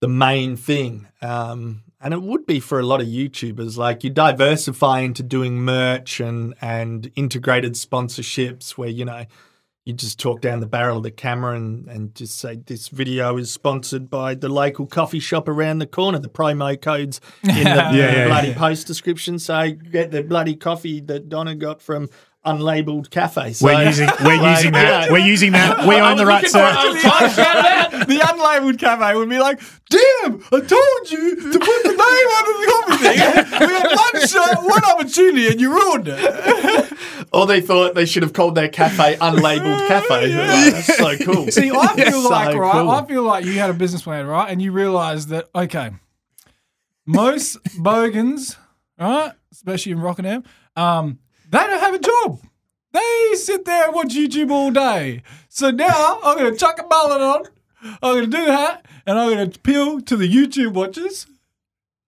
C: the main thing. Um, and it would be for a lot of YouTubers. Like you diversify into doing merch and, and integrated sponsorships where, you know, you just talk down the barrel of the camera and, and just say this video is sponsored by the local coffee shop around the corner. The promo codes in the
A: yeah,
C: bloody
A: yeah.
C: post description say get the bloody coffee that Donna got from unlabeled cafe. So,
A: We're using we're
C: like,
A: using
C: you
A: that.
C: know,
A: We're using that. We own the right
B: I
A: side.
B: was trying to shout it out. The unlabeled cafe would be like, damn, I told you to put the name under the coffee thing. We had one shot, one opportunity, and you ruined it.
C: Or they thought they should have called their cafe unlabeled cafe. Like, that's so cool.
B: See, I feel
C: So
B: like, right?
C: cool.
B: I feel like you had a business plan, right? And you realized that, okay, most bogans, right? Especially in Rockingham, um, they don't have a job. They sit there and watch YouTube all day. So now I'm going to chuck a mullet on. I'm going to do that. And I'm going to appeal to the YouTube watchers.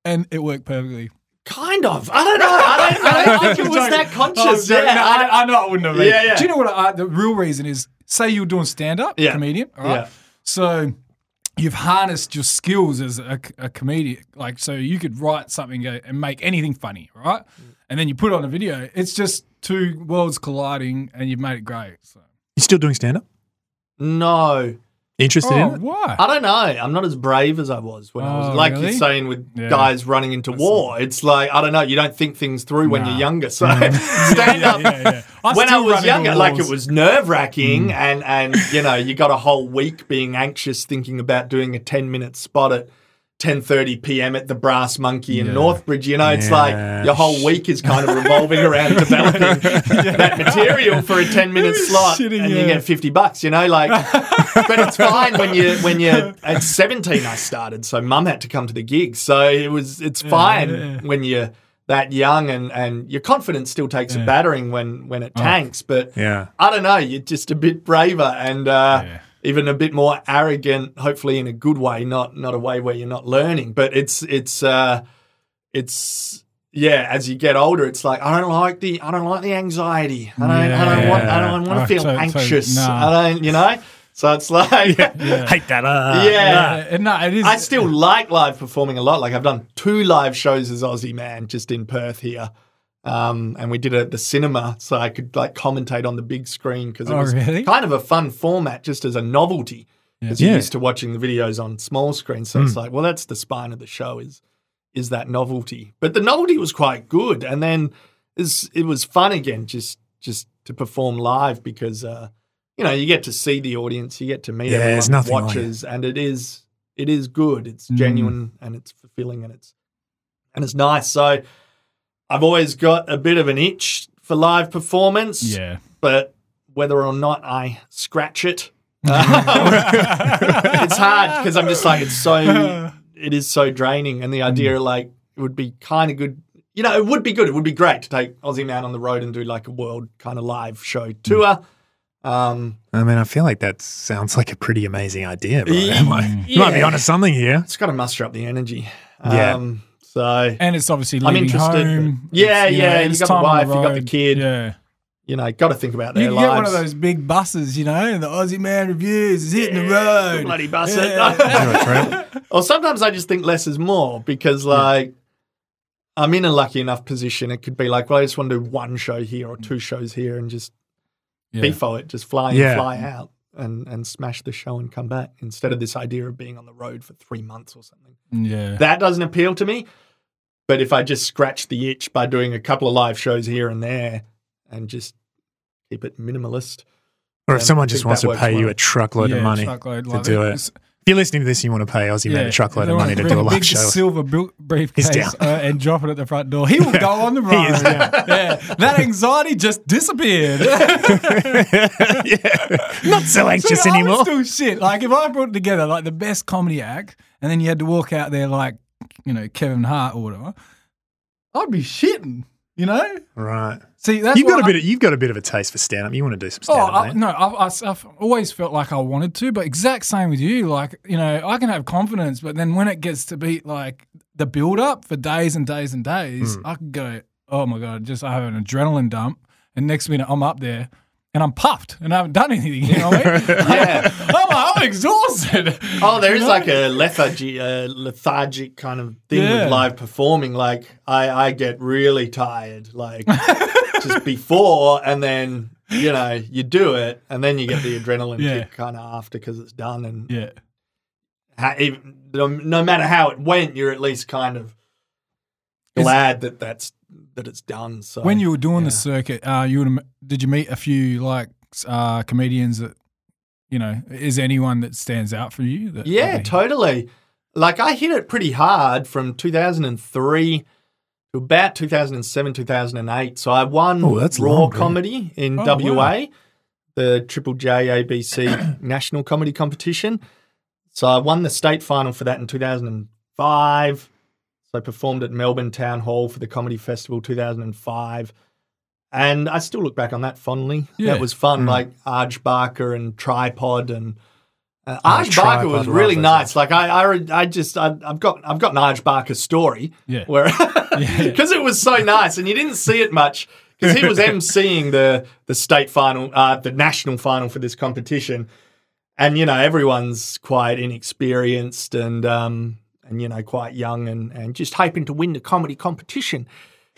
B: And it worked perfectly.
C: kind of. I don't know. I don't, I don't think it was
B: Joking.
C: that
B: I was
C: conscious.
B: joking.
C: yeah,
B: No,
C: I-
B: I, I know it wouldn't have been.
C: Yeah, yeah.
B: Do you know what I, the real reason is? Say you were doing stand up
C: Yeah.
B: comedian, all right?
C: Yeah.
B: So you've harnessed your skills as a, a comedian. Like, so you could write something uh, and make anything funny, right? And then you put it on a video. It's just two worlds colliding, and you've made it great. So.
A: You still doing stand up?
C: No,
A: Interested
B: Oh,
A: in it?
B: why?
C: I don't know. I'm not as brave as I was when I
B: Oh,
C: was like
B: really?
C: you're saying with
B: Yeah.
C: guys running into war. It's like I don't know. You don't think things through when you're
B: Nah.
C: younger. So stand
B: Yeah,
C: up.
B: yeah, yeah.
C: when I
B: still run
C: was
B: into
C: younger, like it
B: walls.
C: was nerve
B: Mm.
C: wracking, and and you know you got a whole week being anxious, thinking about dodoing a ten minute spot at. 10:30 p.m. at the Brass Monkey in
B: Yeah.
C: Northbridge. You know, it's
A: Yeah.
C: like your whole week is kind of revolving around developing that material for a 10 minute slot,
B: Shitting,
C: and you
B: yeah.
C: get 50 bucks. You know, like, but it's fine when you when you are at 17 I started, so mum had to come to the gig, so it was it's fine
B: yeah.
C: when you're that young and and your confidence still takes a battering when when it
B: Oh.
C: tanks, but
A: Yeah.
C: I don't know. You're just a bit braver and uh,
B: Yeah.
C: even a bit more arrogant, hopefully in a good way, not not a way where you're not learning. But it's it's uh, it's yeah. As you get older, it's like I don't like the I don't like the anxiety. I don't I don't want I don't
B: Yeah.
C: want to
B: Oh,
C: feel
B: so- so,
C: anxious.
B: nah.
C: I don't you know. So it's like
A: Hate that. Uh,
C: Yeah.
B: Uh, no, it is.
C: I still like live performing a lot. Like I've done two live shows as Aussie Man just in Perth here. Um, and we did it at the cinema, so I could like commentate on the big screen because it
B: Oh,
C: was
B: really?
C: kind of a fun format just as a novelty. Because
A: Yeah. Hmm.
C: you're used to watching the videos on small screen, so it's like, well, that's the spine of the show is is that novelty. But the novelty was quite good, and then is it was fun again just just to perform live because uh, you know you get to see the audience, you get to meet
A: Yeah,
C: everyone
A: there's
C: who
A: nothing like it. Hmm.
C: watches, and it is it is good. It's
B: Mm.
C: genuine and it's fulfilling and it's and it's nice. So I've always got a bit of an itch for live performance,
B: Yeah.
C: but whether or not I scratch it, um, it's hard because I'm just like it's so it is so draining, and the
B: Mm.
C: idea like it would be kind of good. You know, it would be good. It would be great to take Aussie Man on the road and do like a world kind of live show tour. Um,
A: I mean, I feel like that sounds like a pretty amazing idea. But
C: Yeah.
A: am I- You might be onto something here.
C: it's got to muster up the energy.
A: Yeah.
C: Um, so
B: And it's obviously
C: I'm
B: leaving
C: interested,
B: home.
C: but- Yeah,
B: It's,
C: yeah,
B: and
C: you
B: it's
C: got the
B: time on
C: wife, you got the
B: road.
C: kid.
B: Yeah.
C: you know, got to think about
B: You
C: their
B: can
C: lives.
B: get one of those big buses, you know, and the Aussie man reviews is hitting the road.
C: bloody bastard.
B: Yeah.
C: Or sometimes I just think less is more because, like, I'm in a lucky enough position. It could be like, well, I just want to do one show here or two shows here and just
B: Mm. Yeah.
C: beefo it, just fly in,
A: Yeah.
C: fly out, and and smash the show and come back instead of this idea of being on the road for three months or something.
B: Yeah.
C: That doesn't appeal to me. But if I just scratch the itch by doing a couple of live shows here and there, and just keep it minimalist,
A: Or if
C: Yeah,
A: someone
C: I
A: just
C: think
A: wants
C: that
A: to
C: works
A: pay you
C: well.
A: a truckload
B: Yeah,
A: of money.
B: truckload,
A: to
B: like-
A: do it.
B: it's-
A: If you're listening to this and you want to pay Aussie Man
B: yeah.
A: a truckload
B: They
A: of
B: wanna
A: money to
B: bring
A: do a
B: a
A: live
B: big
A: show.
B: silver bu- briefcase
A: down.
B: uh, and drop it at the front door. He will go on the road.
A: is,
B: yeah. That anxiety just disappeared.
A: yeah. Not so anxious
B: See, I would
A: anymore.
B: still shit. Like if I brought together like the best comedy act, and then you had to walk out there like you know Kevin Hart or whatever, I'd be shitting. You know.
A: right.
B: See, that's
A: You've
B: why
A: got a
B: I-
A: bit. Of, you've got a bit of a taste for stand up. You want to do some stand
B: Oh
A: up,
B: I, no! I, I, I've always felt like I wanted to, but exact same with you. Like you know, I can have confidence, but then when it gets to be like the build up for days and days and days,
C: Hmm.
B: I can go, oh my god, just I have an adrenaline dump, and next minute I'm up there and I'm puffed and I haven't done anything. You know what I mean?
C: Yeah.
B: I'm, I'm exhausted.
C: Oh, there is
B: You know?
C: like a lethargy, a lethargic kind of thing
B: Yeah.
C: with live performing. Like I, I get really tired, like just before, and then you know you do it, and then you get the adrenaline
B: Yeah.
C: kick kind of after because it's done, and
B: Yeah.
C: ha- even, no, no matter how it went, you're at least kind of glad that that's that it's done. So
B: When you were doing the circuit, uh, you would have- did you meet a few like uh, comedians that you know? Is anyone that stands out for you? That,
C: Yeah,
B: that-
C: totally. Like I hit it pretty hard from 2003 to about 2007, 2008. So I won
A: Oh, that's
C: Raw
A: long, dude.
C: Comedy in
B: Oh,
C: WA,
B: wow.
C: the Triple J ABC National Comedy Competition. So I won the state final for that in 2005. So I performed at Melbourne Town Hall for the Comedy Festival 2005. And I still look back on that fondly.
B: Yeah.
C: That was fun, like Arj Barker and Tripod and uh, Arj
A: Tripod
C: Barker was
A: love
C: really
A: those
C: nice. Like I, I, re- I just, I, I've got, I've got an Arj Barker story
B: Yeah.
C: where, because it was so nice, and you didn't see it much because he was emceeing the the state final, uh, the national final for this competition, and you know everyone's quite inexperienced and um and you know quite young and and just hoping to win the comedy competition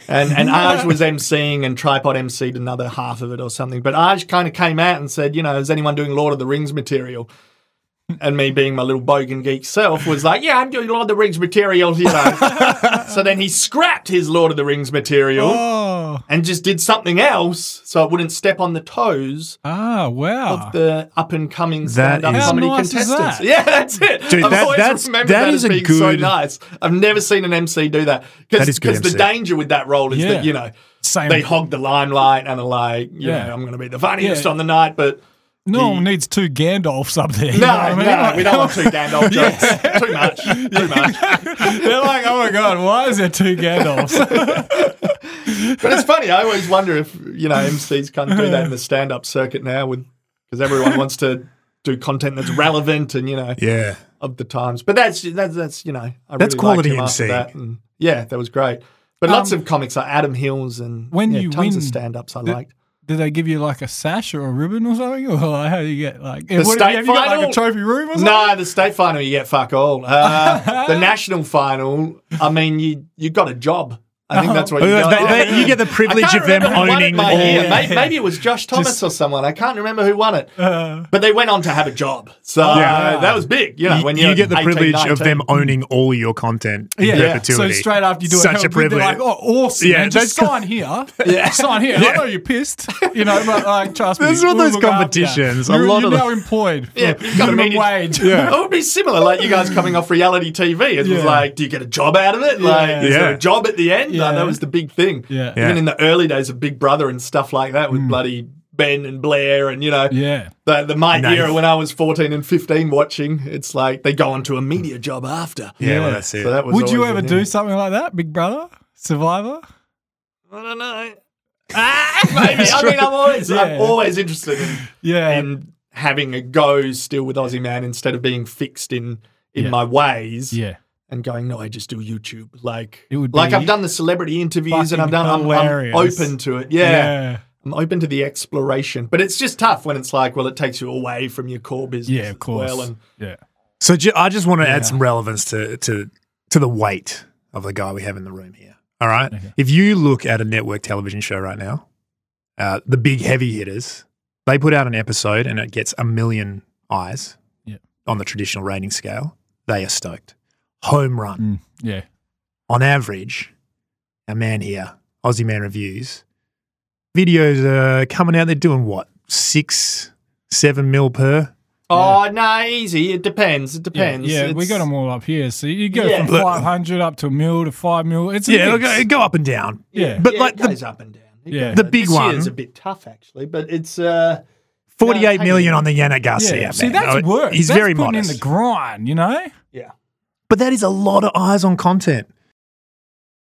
C: and and Arj was emceeing and Tripod emceed another half of it or something. But Arj kind of came out and said, you know, is anyone doing Lord of the Rings material? And me being my little bogan geek self was like, yeah, I'm doing Lord of the Rings material, you know. so then he scrapped his Lord of the Rings material
B: Oh,
C: and just did something else so it wouldn't step on the toes
B: ah, wow.
C: of the up and coming
A: That
C: stand up
A: is- How
C: comedy
B: nice is
C: contestants.
B: that?
C: Yeah, that's it.
A: Dude,
C: I've
A: that-
C: always
A: that's-
C: remembered
A: that
C: that
A: is
C: as
A: a
C: being so
A: good-
C: nice. I've never seen an MC do that.
A: That is good
C: Because the
A: MC.
C: danger with that role is
B: Yeah.
C: that, you know,
B: Same.
C: they hog the limelight and are like, you
B: Yeah.
C: know, I'm going to be the funniest
B: Yeah.
C: on the night, but
B: no one needs two Gandalfs up there. you
C: no,
B: know what I mean?
C: no,
B: Like-
C: we don't want two Gandalf jokes. Too much, too much.
B: They're like, oh my god, why is there two Gandalfs?
C: But it's funny. I always wonder if you know MCs kind of do that in the stand-up circuit now, with because everyone wants to do content that's relevant and you know
A: Yeah.
C: of the times. But that's that's that's you know I
A: That's
C: really
A: quality
C: liked him after
A: MCing.
C: That. And yeah, that was great. But lots of comics like Adam Hills and
B: Um, When
C: yeah,
B: you
C: tons of
B: win
C: stand-ups I
B: the-
C: liked.
B: Did they give you like a sash or a ribbon or something? Or like, how do you get like?
C: The state
B: have you got like
C: final?
B: a trophy room or something?
C: No, the state final you get fuck all. Uh, the national final, I mean, you you got a job. I think that's what you
A: Uh,
C: got.
A: they- they- you get the privilege of them owning
C: my
A: all.
C: year. Maybe, maybe it was Josh Thomas or someone. I can't remember who won it. but they went on to have a job, so uh,
A: Yeah.
C: that was big. You know,
A: You,
C: when
A: you
C: you're
A: get the
C: 18,
A: privilege of
C: 19.
A: them owning all your content in
B: Yeah, yeah. So
A: perpetuity.
B: straight after you do
A: Such
B: it,
A: a privilege.
B: They're like, oh, awesome.
A: Yeah,
B: Yeah, just
A: that's-
B: sign here. Sign here. And I know you're pissed. You know, but like, trust me.
A: There's all
B: we'll
A: those
B: look after you.
A: competitions. A
B: You're,
A: lot
B: you're
A: of
B: now employed.
C: Yeah,
B: for
C: you've got a
B: minimum
C: minute-
B: wage.
A: Yeah.
C: It would be similar, like you guys coming off reality TV. It
B: Yeah.
C: was like, do you get a job out of it? Like,
B: Yeah.
C: is there
A: Yeah.
C: a job at the end?
B: Yeah.
C: Like, that was the big thing.
B: Yeah. Hmm.
C: Even
A: Yeah.
C: in the early days of Big Brother and stuff like that with bloody Ben and Blair and, you know,
B: Yeah.
C: the, the my
A: Nice.
C: era when I was 14 and 15 watching, it's like they go on to a media job after.
A: yeah,
B: Yeah.
A: well, that's it.
C: So that was
B: Would you
C: always
B: ever
C: in
B: do
C: there.
B: something like that, Big Brother? Survivor?
C: I don't know. Ah, maybe. I mean, I'm always,
B: Yeah. Um,
C: I'm always interested in
B: Yeah.
C: and having a go still with Aussie Man instead of being fixed in in
B: Yeah.
C: my ways
B: yeah.
C: and going, no, I just do YouTube. Like,
B: It would
C: like
B: be
C: I've done the celebrity interviews and I've done. I'm, I'm
B: hilarious.
C: open to it. Yeah.
B: Yeah.
C: I'm open to the exploration, but it's just tough when it's like, well, it takes you away from your core business.
B: Yeah, of
C: as
B: course.
C: Well, and
B: yeah.
A: So ju- I just want to
B: Yeah.
A: add some relevance to to to the weight of the guy we have in the room here. All right.
B: Okay.
A: If you look at a network television show right now, uh, the big heavy hitters, they put out an episode and it gets a million eyes
B: Yeah.
A: on the traditional rating scale. They are stoked. Home run.
B: Mm, yeah.
A: On average, a man here, Aussie Man Reviews, videos are coming out. They're doing what? Six, seven mil per?
C: oh no, easy. It depends. It
B: Yeah,
C: depends.
B: yeah we
C: It's-
B: got them all up here. So you go
C: Yeah.
B: from
A: Look.
B: 500 up to a mil to 5 mil. It's a
A: Yeah, it'll
B: mix.
A: go, it'll go up and down.
B: yeah.
A: But
C: yeah,
A: like
C: it
A: the
C: goes up and down. It
B: Yeah.
C: goes
A: The
C: up.
A: big
C: this
A: one-
C: year's a bit tough actually, but it's uh,
A: Forty-eight
C: No,
A: million
C: hang
A: on the Yannick Garcia.
B: See,
A: man.
B: that's
A: Oh,
B: work.
A: He's
B: That's
A: very
B: putting
A: modest.
B: in the grind, you know?
C: yeah.
A: but that is a lot of eyes on content.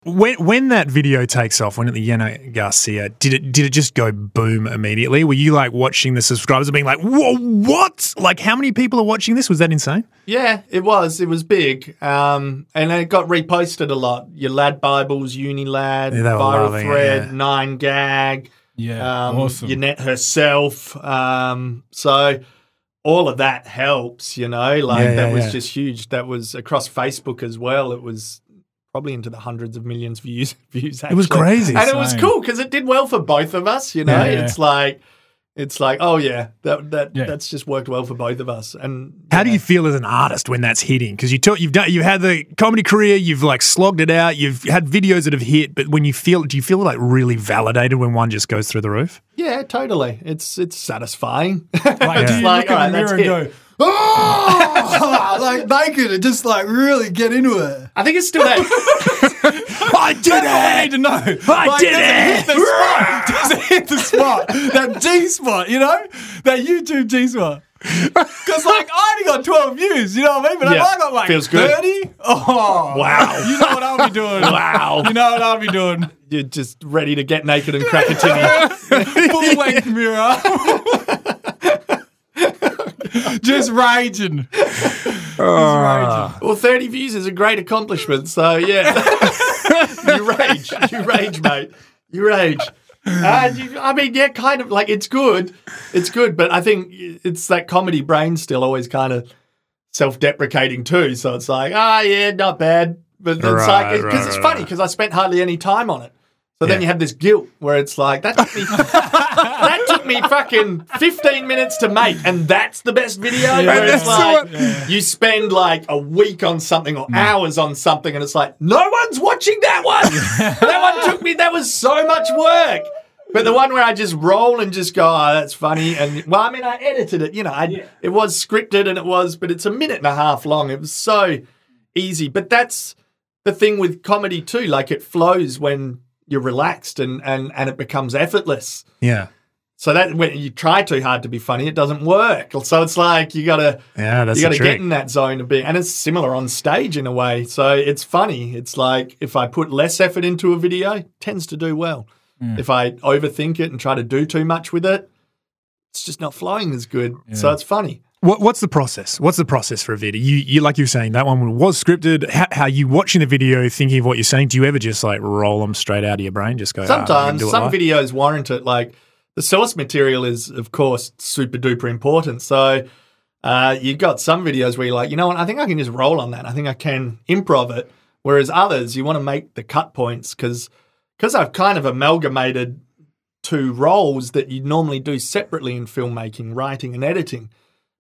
A: When when that video takes off, when at the Yannick Garcia, did it did it just go boom immediately? Were you like watching the subscribers and being like, "Whoa, what? Like, how many people are watching this? Was that insane?"
C: Yeah, it was. It was big. Um, and it got reposted a lot. Your Lad Bibles, Unilad,
A: Yeah, they were
C: Viral
A: loving it,
C: Thread,
A: yeah.
C: Nine Gag,
B: Yeah.
C: um,
B: awesome.
C: Yannette herself. Um, so all of that helps, you know. Like
A: Yeah,
C: that
A: yeah,
C: was
A: yeah.
C: just huge. That was across Facebook as well. It was probably into the hundreds of millions of views. views
A: It was
C: actually.
A: crazy.
C: And it was
B: Insane.
C: cool because it did well for both of us, you know.
B: Yeah, yeah.
C: It's like it's like, oh yeah, that that
B: Yeah.
C: that's just worked well for both of us. And
A: How do
C: know,
A: you feel as an artist when that's hitting? Because you took, you've done, you've had the comedy career, you've like slogged it out, you've had videos that have hit, but when you feel, do you feel like really validated when one just goes through the roof?
C: Yeah, totally. It's it's satisfying.
B: Like,
C: It's
B: do you
C: like,
B: look in the
C: alright,
B: mirror
C: that's
B: and
C: it.
B: go, oh, like they could just like really get into it.
C: I think it's still that.
A: I did
B: I need
A: it!
B: to know. I
A: did
B: does Hit the spot? Does it hit the spot? That G spot, you know, that YouTube G spot. Because like I only got twelve views, you know what I mean? But
C: Yeah,
B: if I got like
C: feels good.
B: thirty, oh
C: Wow.
B: you know what I'll be doing?
C: Wow.
B: you know what I'll be doing?
C: You're just ready to get naked and crack a tinny.
B: Full length mirror. Just raging.
C: well, 30 views is a great accomplishment. So, yeah. you rage. You rage, mate. You rage. Uh, you- I mean, yeah, kind of like it's good, it's good, but I think it's that comedy brain still always kind of self-deprecating too. So it's like, ah, yeah, not bad, but it's
A: Right,
C: like because
A: right,
C: it's
A: right,
C: funny
A: right.
C: because I spent hardly any time on it. So then
A: Yeah.
C: you have this guilt where it's like that took me that took me fucking fifteen minutes to make, and that's the best video. where
A: that's
C: it's
A: the
C: like
A: one-
C: you spend like a week on something or hours on something, and it's like no one's watching that one. that one took me. That was so much work. But the one where I just roll and just go, oh, that's funny. And well, I mean, I edited it. You know, I, it was scripted and it was, but it's a minute and a half long. It was so easy. But that's the thing with comedy too. Like it flows when you're relaxed and and and it becomes effortless.
A: Yeah.
C: So that when you try too hard to be funny, it doesn't work. So it's like you gotta
A: Yeah, that's
C: you got
A: the
C: to get
A: trick.
C: in that zone of being, and it's similar on stage in a way. So it's funny. It's like if I put less effort into a video, it tends to do well.
A: Hmm.
C: If I overthink it and try to do too much with it, it's just not flowing as good. So it's funny.
A: What, what's the process? What's the process for a video? You, you like you were saying that one was scripted. How, how you watching the video, thinking of what you're saying? Do you ever just like roll them straight out of your brain? Just go. "Ah, we can
C: Sometimes
A: do it
C: some
A: live?"
C: videos warrant it. Like the source material is, of course, super duper important. So uh, you've got some videos where you're like, you know what? I think I can just roll on that. I think I can improv it. Whereas others, you want to make the cut points because because I've kind of amalgamated two roles that you normally do separately in filmmaking, writing and editing,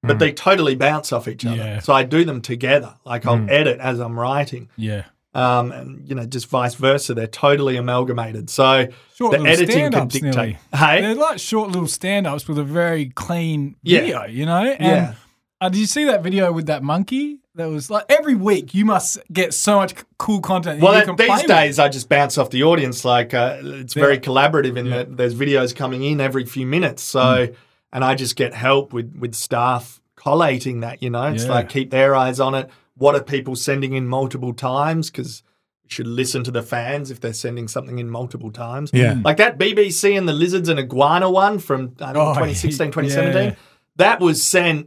C: but
A: Hmm.
C: they totally bounce off each other.
B: Yeah.
C: So I do them together. Like I'll
A: Hmm.
C: edit as I'm writing,
B: Yeah.
C: um, and you know, just vice versa. They're totally amalgamated. So
B: Short
C: the
B: little
C: editing can
B: stand-ups
C: dictate.
B: nearly.
C: Hey,
B: They're like short little stand ups with a very clean
C: Eh? Yeah.
B: video, you know? And
C: Yeah.
B: uh, did you see that video with that monkey? That was like every week you must get so much c- cool content. that
C: Well,
B: you
C: that-
B: can play
C: these
B: with.
C: days I just bounce off the audience. Like uh, it's very collaborative in that there's videos coming in every few minutes. So,
B: Hmm.
C: and I just get help with with staff collating that. You know, it's
B: Yeah.
C: like keep their eyes on it. What are people sending in multiple times? Because you should listen to the fans if they're sending something in multiple
B: Hmm.
C: times.
A: Yeah.
B: Mm.
C: like that BBC and the lizards and iguana one from I don't know,
B: Oh,
C: 2016,
B: yeah.
C: 2017. That was sent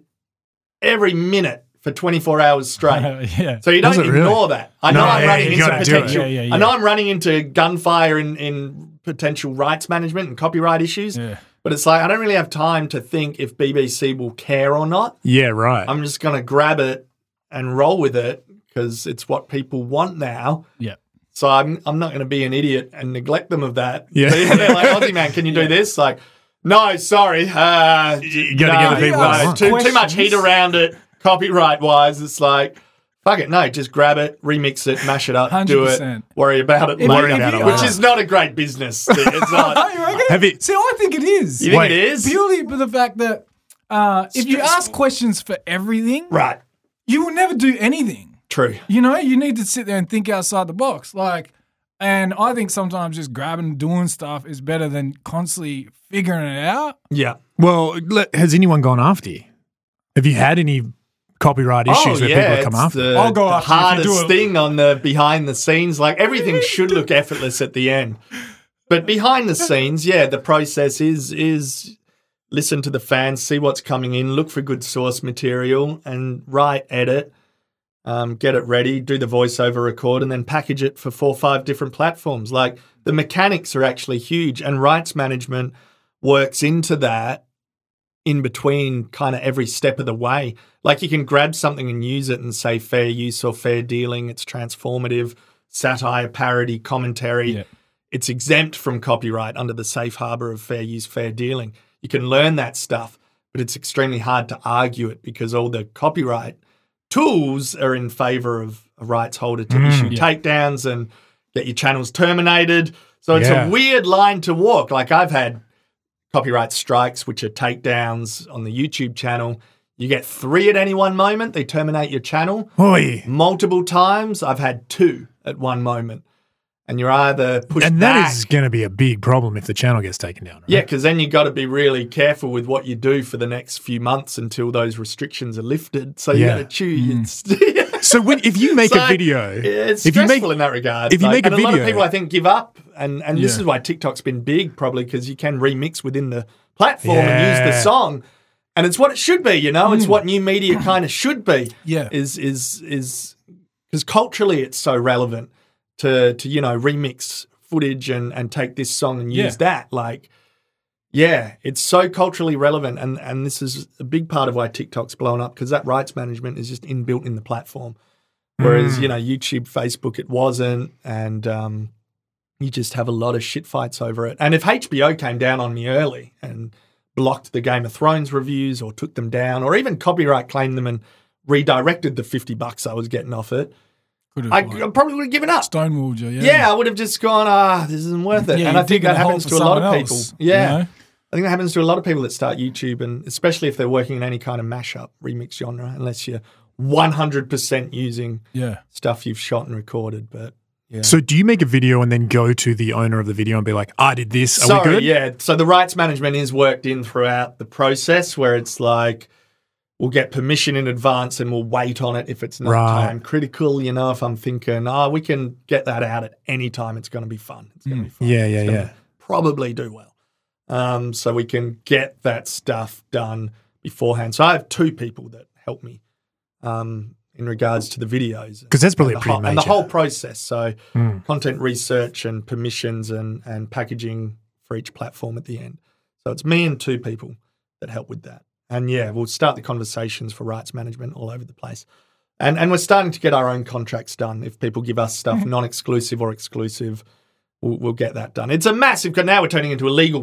C: every minute for 24 hours straight.
B: yeah.
C: So you don't
A: Was it
C: ignore
A: really?
C: that. I
A: No,
C: know I'm
A: yeah,
C: running
A: you
C: into
A: gotta do it.
C: potential.
B: Yeah, yeah,
C: I know I'm running into gunfire in, in potential rights management and copyright issues.
B: Yeah.
C: But it's like I don't really have time to think if BBC will care or not.
A: Yeah, right.
C: I'm just going to grab it and roll with it because it's what people want now.
B: Yeah.
C: So I'm I'm not going to be an idiot and neglect them of that.
A: Yeah.
C: they're like Aussie man, can you do this? Like, no, sorry. Uh,
A: you gotta get the people
B: no,
A: what they want.
C: too, too much
B: Questions?
C: heat around it, copyright wise. It's like, fuck it, no, just grab it, remix it, mash it up, do it,
B: 100%.
C: worry about it
B: Worry
C: later.
A: about it
C: which
A: later.
C: is not a great business. It's
B: Oh,
C: not.
B: you reckon?
A: Have you-
B: See, I think it is.
C: you think
A: Wait.
C: it is?
B: Purely for the fact that uh, if you ask
C: Stressful.
B: questions for everything,
C: Right.
B: you will never do anything.
C: True.
B: You know, you need to sit there and think outside the box. Like, and I think sometimes just grabbing, doing stuff is better than constantly figuring it out.
C: Yeah.
A: Well, le- has anyone gone after you? Have you had any copyright issues where people have come
C: Oh, it's
A: after?
C: The,
B: I'll go
C: the
B: after you if you do
C: hardest
B: it.
C: thing on the behind the scenes. Like everything should look effortless at the end, but behind the scenes, yeah, the process is is listen to the fans, see what's coming in, look for good source material, and write, edit, um, get it ready, do the voiceover record, and then package it for four or five different platforms. Like the mechanics are actually huge, and rights management works into that in between kind of every step of the way. Like you can grab something and use it and say fair use or fair dealing, it's transformative, satire, parody, commentary.
B: Yeah.
C: It's exempt from copyright under the safe harbor of fair use, fair dealing. You can learn that stuff, but it's extremely hard to argue it because all the copyright tools are in favor of a rights holder to issue takedowns and get your channels terminated. So it's
A: Yeah.
C: a weird line to walk. Like I've had copyright strikes, which are takedowns on the YouTube channel. You get three at any one moment, they terminate your channel
A: Oi.
C: multiple times. I've had two at one moment. And you're either pushed
A: And
C: back.
A: that is going to be a big problem if the channel gets taken down. Right?
C: Yeah, because then you got to be really careful with what you do for the next few months until those restrictions are lifted. So you
A: Yeah. Mm.
C: got to choose. It's,
A: So when if you make
C: So,
A: a video,
C: it's
A: if you
C: stressful
A: make
C: in that regard.
A: if you make a
C: and a lot of
A: video-
C: people, I think, give up. And and this
B: Yeah.
C: is why TikTok's been big, probably because you can remix within the platform and use
A: Yeah. Hmm.
C: the song. And it's what it should be, you know. It's what new media kind of should be.
B: Yeah.
C: is is is because culturally it's so relevant to to you know remix footage and and take this song and
B: Yeah.
C: use that. Like, yeah, it's so culturally relevant, and and this is a big part of why TikTok's blown up because that rights management is just inbuilt in the platform. Whereas
B: Mm.
C: you know YouTube, Facebook, it wasn't, and um, you just have a lot of shit fights over it. And if HBO came down on me early and blocked the Game of Thrones reviews or took them down or even copyright claimed them and redirected the 50 bucks I was getting off it,
B: Could have
C: I,
B: like,
C: I probably would have given up.
B: stonewalled you. Yeah.
C: Yeah, I would have just gone, ah, this isn't worth it.
B: Yeah,
C: and
B: you're
C: I think
B: digging
C: that
B: a hole
C: happens
B: for
C: to a lot of
B: someone
C: people.
B: else, you
C: yeah.
B: know?
C: I think that happens to a lot of people that start YouTube and especially if they're working in any kind of mashup remix genre, unless you're 100% using
B: Yeah.
C: stuff you've shot and recorded. But yeah.
A: So do you make a video and then go to the owner of the video and be like, I did this. Are
C: Sorry,
A: we good?
C: yeah. So the rights management is worked in throughout the process where it's like we'll get permission in advance and we'll wait on it if it's not
A: Right.
C: time critical. You know, if I'm thinking, oh, we can get that out at any time, it's going to be fun. It's going to be fun.
A: Mm, Yeah, yeah,
C: It's gonna
A: yeah.
C: Probably do well. Um, so we can get that stuff done beforehand. So I have two people that help me um, in regards to the videos
A: Because that's probably a
C: the
A: pretty
C: whole,
A: major.
C: and the whole process. So
A: Hmm.
C: content research and permissions and and packaging for each platform at the end. So it's me and two people that help with that. And yeah, we'll start the conversations for rights management all over the place. And and we're starting to get our own contracts done. If people give us
A: Mm-hmm.
C: stuff non-exclusive or exclusive, we'll, we'll get that done. It's a massive. 'cause Now we're turning into a legal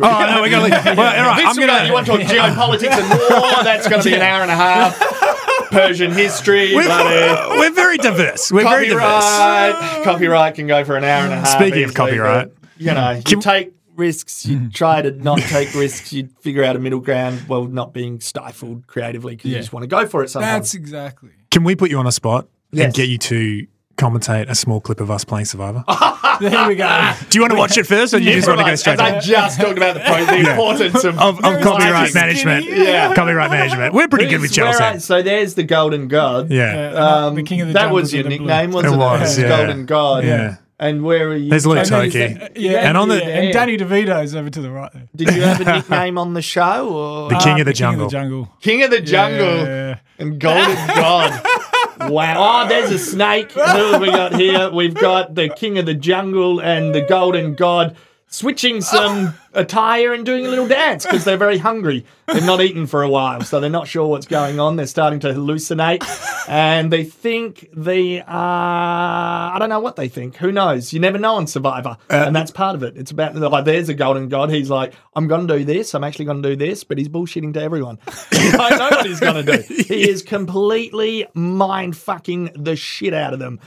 A: Oh, no, we're going to leave. Well, all right,
C: This
A: I'm going
C: will go- you want
A: to.
C: to talk geopolitics and war? That's going to be an hour and a half. Persian history. bloody-
A: We're, we're very diverse. We're very diverse.
C: copyright. Copyright can go for an hour and a half.
A: Speaking of
C: easily,
A: copyright.
C: but, you know, you
A: Can- Mm.
C: take risks. You try to not take risks. You figure out a middle ground while not being stifled creatively because
B: Yeah.
C: you just want to go for it. Sometimes
B: That's exactly.
A: Can we put you on a spot and
C: Yes.
A: get you to commentate a small clip of us playing Survivor?
B: There we go.
A: Do you want to watch it first, or you just want to go
C: Oh. Right,
A: straight?
C: As I
A: to
C: just talked about the, pro- the importance of,
A: Of, of copyright
C: Skinny.
A: management.
C: Yeah.
A: Copyright management. We're pretty good with
C: Where
A: Chelsea.
C: I- so there's the golden god.
A: Yeah.
C: Um,
B: the king of the
C: that
B: jungle
C: was your
B: in the blue.
C: nickname, wasn't it?
A: was, yeah.
C: Golden God.
A: Yeah.
C: And where are you?
A: There's Luke
B: And then he's-
A: Tokey.
B: Yeah.
A: And on the-
B: and Danny DeVito's over to the right there.
C: Did you have a nickname on Ah, the show? Or?
A: The King of the
B: King of the jungle.
C: King of the Jungle
B: Yeah.
C: and Golden God. Wow. Oh, there's a snake. Who have we got here? We've got the King of the Jungle and the Golden God switching some attire and doing a little dance because they're very hungry. They've not eaten for a while, so they're not sure what's going on. They're starting to hallucinate and they think they are. I don't know what they think. Who knows? You never know on Survivor.
A: Uh,
C: and that's part of it. It's about, like, there's a Golden God. He's like, I'm going to do this. I'm actually going to do this, but he's bullshitting to everyone. I know what he's going to do. He is completely mind fucking the shit out of them.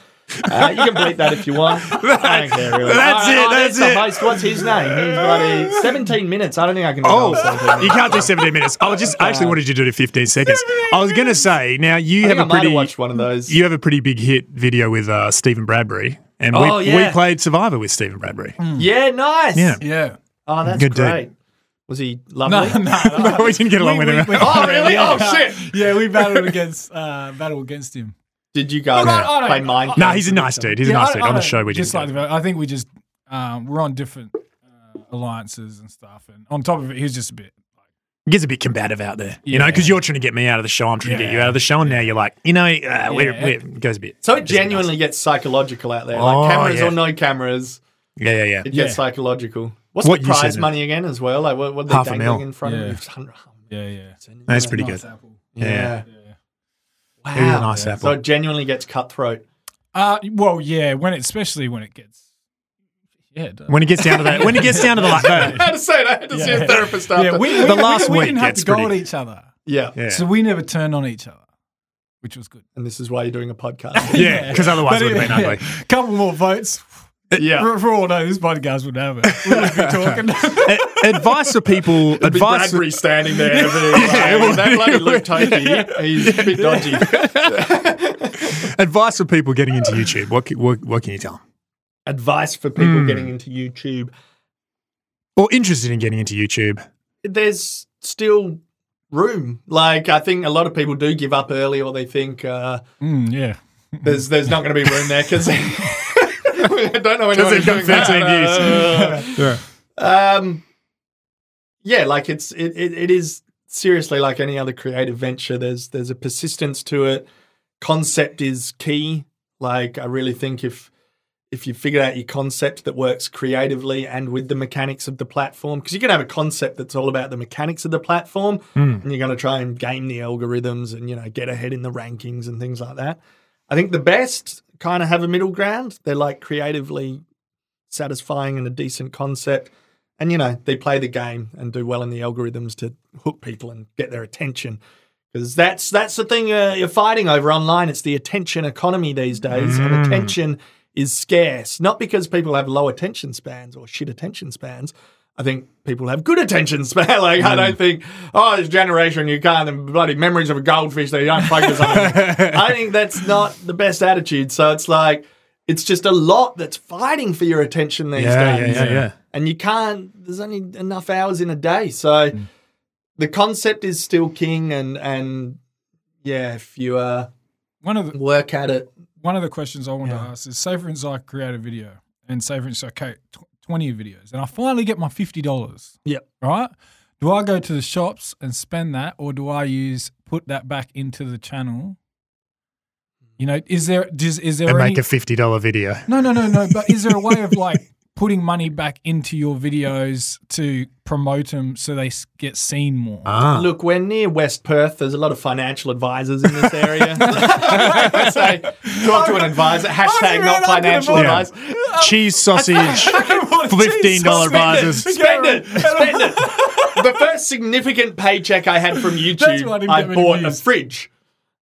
C: Uh, you can bleep that if you want. I don't care, really.
A: That's
C: Oh,
A: it,
C: oh,
A: that's
C: the
A: it.
C: host. What's his name? He's bloody 17 minutes. I don't think I can. do the whole 17
A: Oh, you
C: minutes.
A: can't do 17 minutes. I was just I actually wanted you to do 15 seconds. I was going to say, now you
C: Ah. I
A: have
C: think I
A: a
C: might
A: pretty
C: have watched one of those.
A: you have a pretty big hit video with uh, Stephen Bradbury, and we,
C: Oh, yeah. Hmm.
A: we played Survivor with Stephen Bradbury.
C: yeah, nice.
A: Yeah.
B: Yeah.
C: Oh, that's
A: Good dude.
C: great. Was he
B: No,
C: lovely?
B: no, no.
A: But we didn't get along
B: We-
A: with him.
B: we- we-
C: Oh, really? Oh, shit.
B: Yeah, we battled against uh, battled against him.
C: Did you guys
B: Look, I- I don't-
C: play mind?
A: no,
C: games
A: he's a
C: with
A: nice
C: them?
A: dude. He's a nice dude. On the show, we
B: just
A: just
B: like the- I think we just um, we're on different uh, alliances and stuff, and on top of it, he was just a bit.
A: it gets a bit combative out there, you know,
B: Yeah.
A: because you're trying to get me out of the show. I'm trying to get you
B: Yeah.
A: out of the show, and now you're like, you know, uh, we're, we're, it goes a bit.
C: So it genuinely gets psychological out there, like
A: Oh,
C: cameras
A: yeah.
C: or no cameras.
A: Yeah, yeah, yeah.
C: It gets
B: Yeah.
C: psychological. What's
A: What
C: the
A: you said
C: prize
A: is-
C: money again as well? Like what? What they
A: Half a
C: dangling
A: mil.
C: in front
B: Yeah.
C: of you? It's hundred- oh,
B: Yeah, yeah.
A: That's pretty good.
B: Apple.
A: Yeah.
B: Yeah.
C: Wow.
A: It was a nice
C: So
A: apple.
C: it genuinely gets cutthroat.
B: Uh, well, yeah. When it, especially when it gets. Yeah. it does.
A: when it gets down to that, when it gets down to the like, no.
C: had to say it. I had to
B: see a
C: therapist
B: yeah, we, we,
A: The last
B: we, we
A: week
B: didn't have
A: gets
B: to go
A: pretty-
B: at each other,
C: yeah.
A: yeah,
B: so we never turned on each other, which was good.
C: And this is why you're doing a podcast.
A: yeah, because otherwise it would have been ugly.
B: A couple more votes.
C: yeah.
B: For, for all I know, this podcast would have it. We would be talking.
A: A- advice for people.
C: Be
A: advice.
C: Bradbury standing there. being like,
A: well,
C: that bloody Luke Tokey, he's a bit dodgy.
A: Advice for people getting into YouTube. What, c- what, what can you tell them?
C: Advice for people getting into YouTube.
A: Or interested in getting into YouTube?
C: there's still room. Like I think a lot of people do give up early, or they think uh,
B: Mm, yeah.
C: there's there's not going to be room there because I don't know anyone
A: they've
C: who's
A: got
C: doing that.
A: 13 views.
C: Uh,
A: Yeah.
C: um, yeah, like it's it, it it is seriously like any other creative venture. There's there's a persistence to it. Concept is key. Like I really think if if you figure out your concept that works creatively and with the mechanics of the platform, because you can have a concept that's all about the mechanics of the platform, and you're going to try and game the algorithms and you know get ahead in the rankings and things like that. I think the best kind of have a middle ground. They're like creatively satisfying and a decent concept, and you know they play the game and do well in the algorithms to hook people and get their attention. Because that's that's the thing uh, you're fighting over online. It's the attention economy these days,
A: Mm.
C: and attention is scarce. Not because people have low attention spans or shit attention spans. I think people have good attention span. like
A: Mm.
C: I don't think oh this generation you can't the bloody memories of a goldfish they don't focus on. it." I think that's not the best attitude. So it's like it's just a lot that's fighting for your attention these
A: Yeah, yeah,
C: days
A: yeah, yeah.
C: and you can't there's only enough hours in a day so the concept is still king and and yeah if you uh
B: One of the
C: work at it
B: one of the questions I want to
C: Yeah.
B: ask is: say for instance, I create a video, and say for instance, okay, tw- twenty videos, and I finally get my fifty dollars.
C: Yep.
B: Right? Do I go to the shops and spend that, or do I use put that back into the channel? You know, is there does, is there
A: and
B: any,
A: make a fifty dollar video.
B: No, no, no, no. But is there a way of like putting money back into your videos to promote them so they s- get seen more?
A: Ah,
C: Look, we're near West Perth. There's a lot of financial advisors in this area. so talk to an advisor. Hashtag not financial
A: Yeah.
C: advice.
A: cheese sausage, fifteen dollar vases.
C: Spend it. Spend it. the first significant paycheck I had from
B: That's why I
C: YouTube,
B: didn't
C: I
B: get
C: bought
B: reviews.
C: a fridge.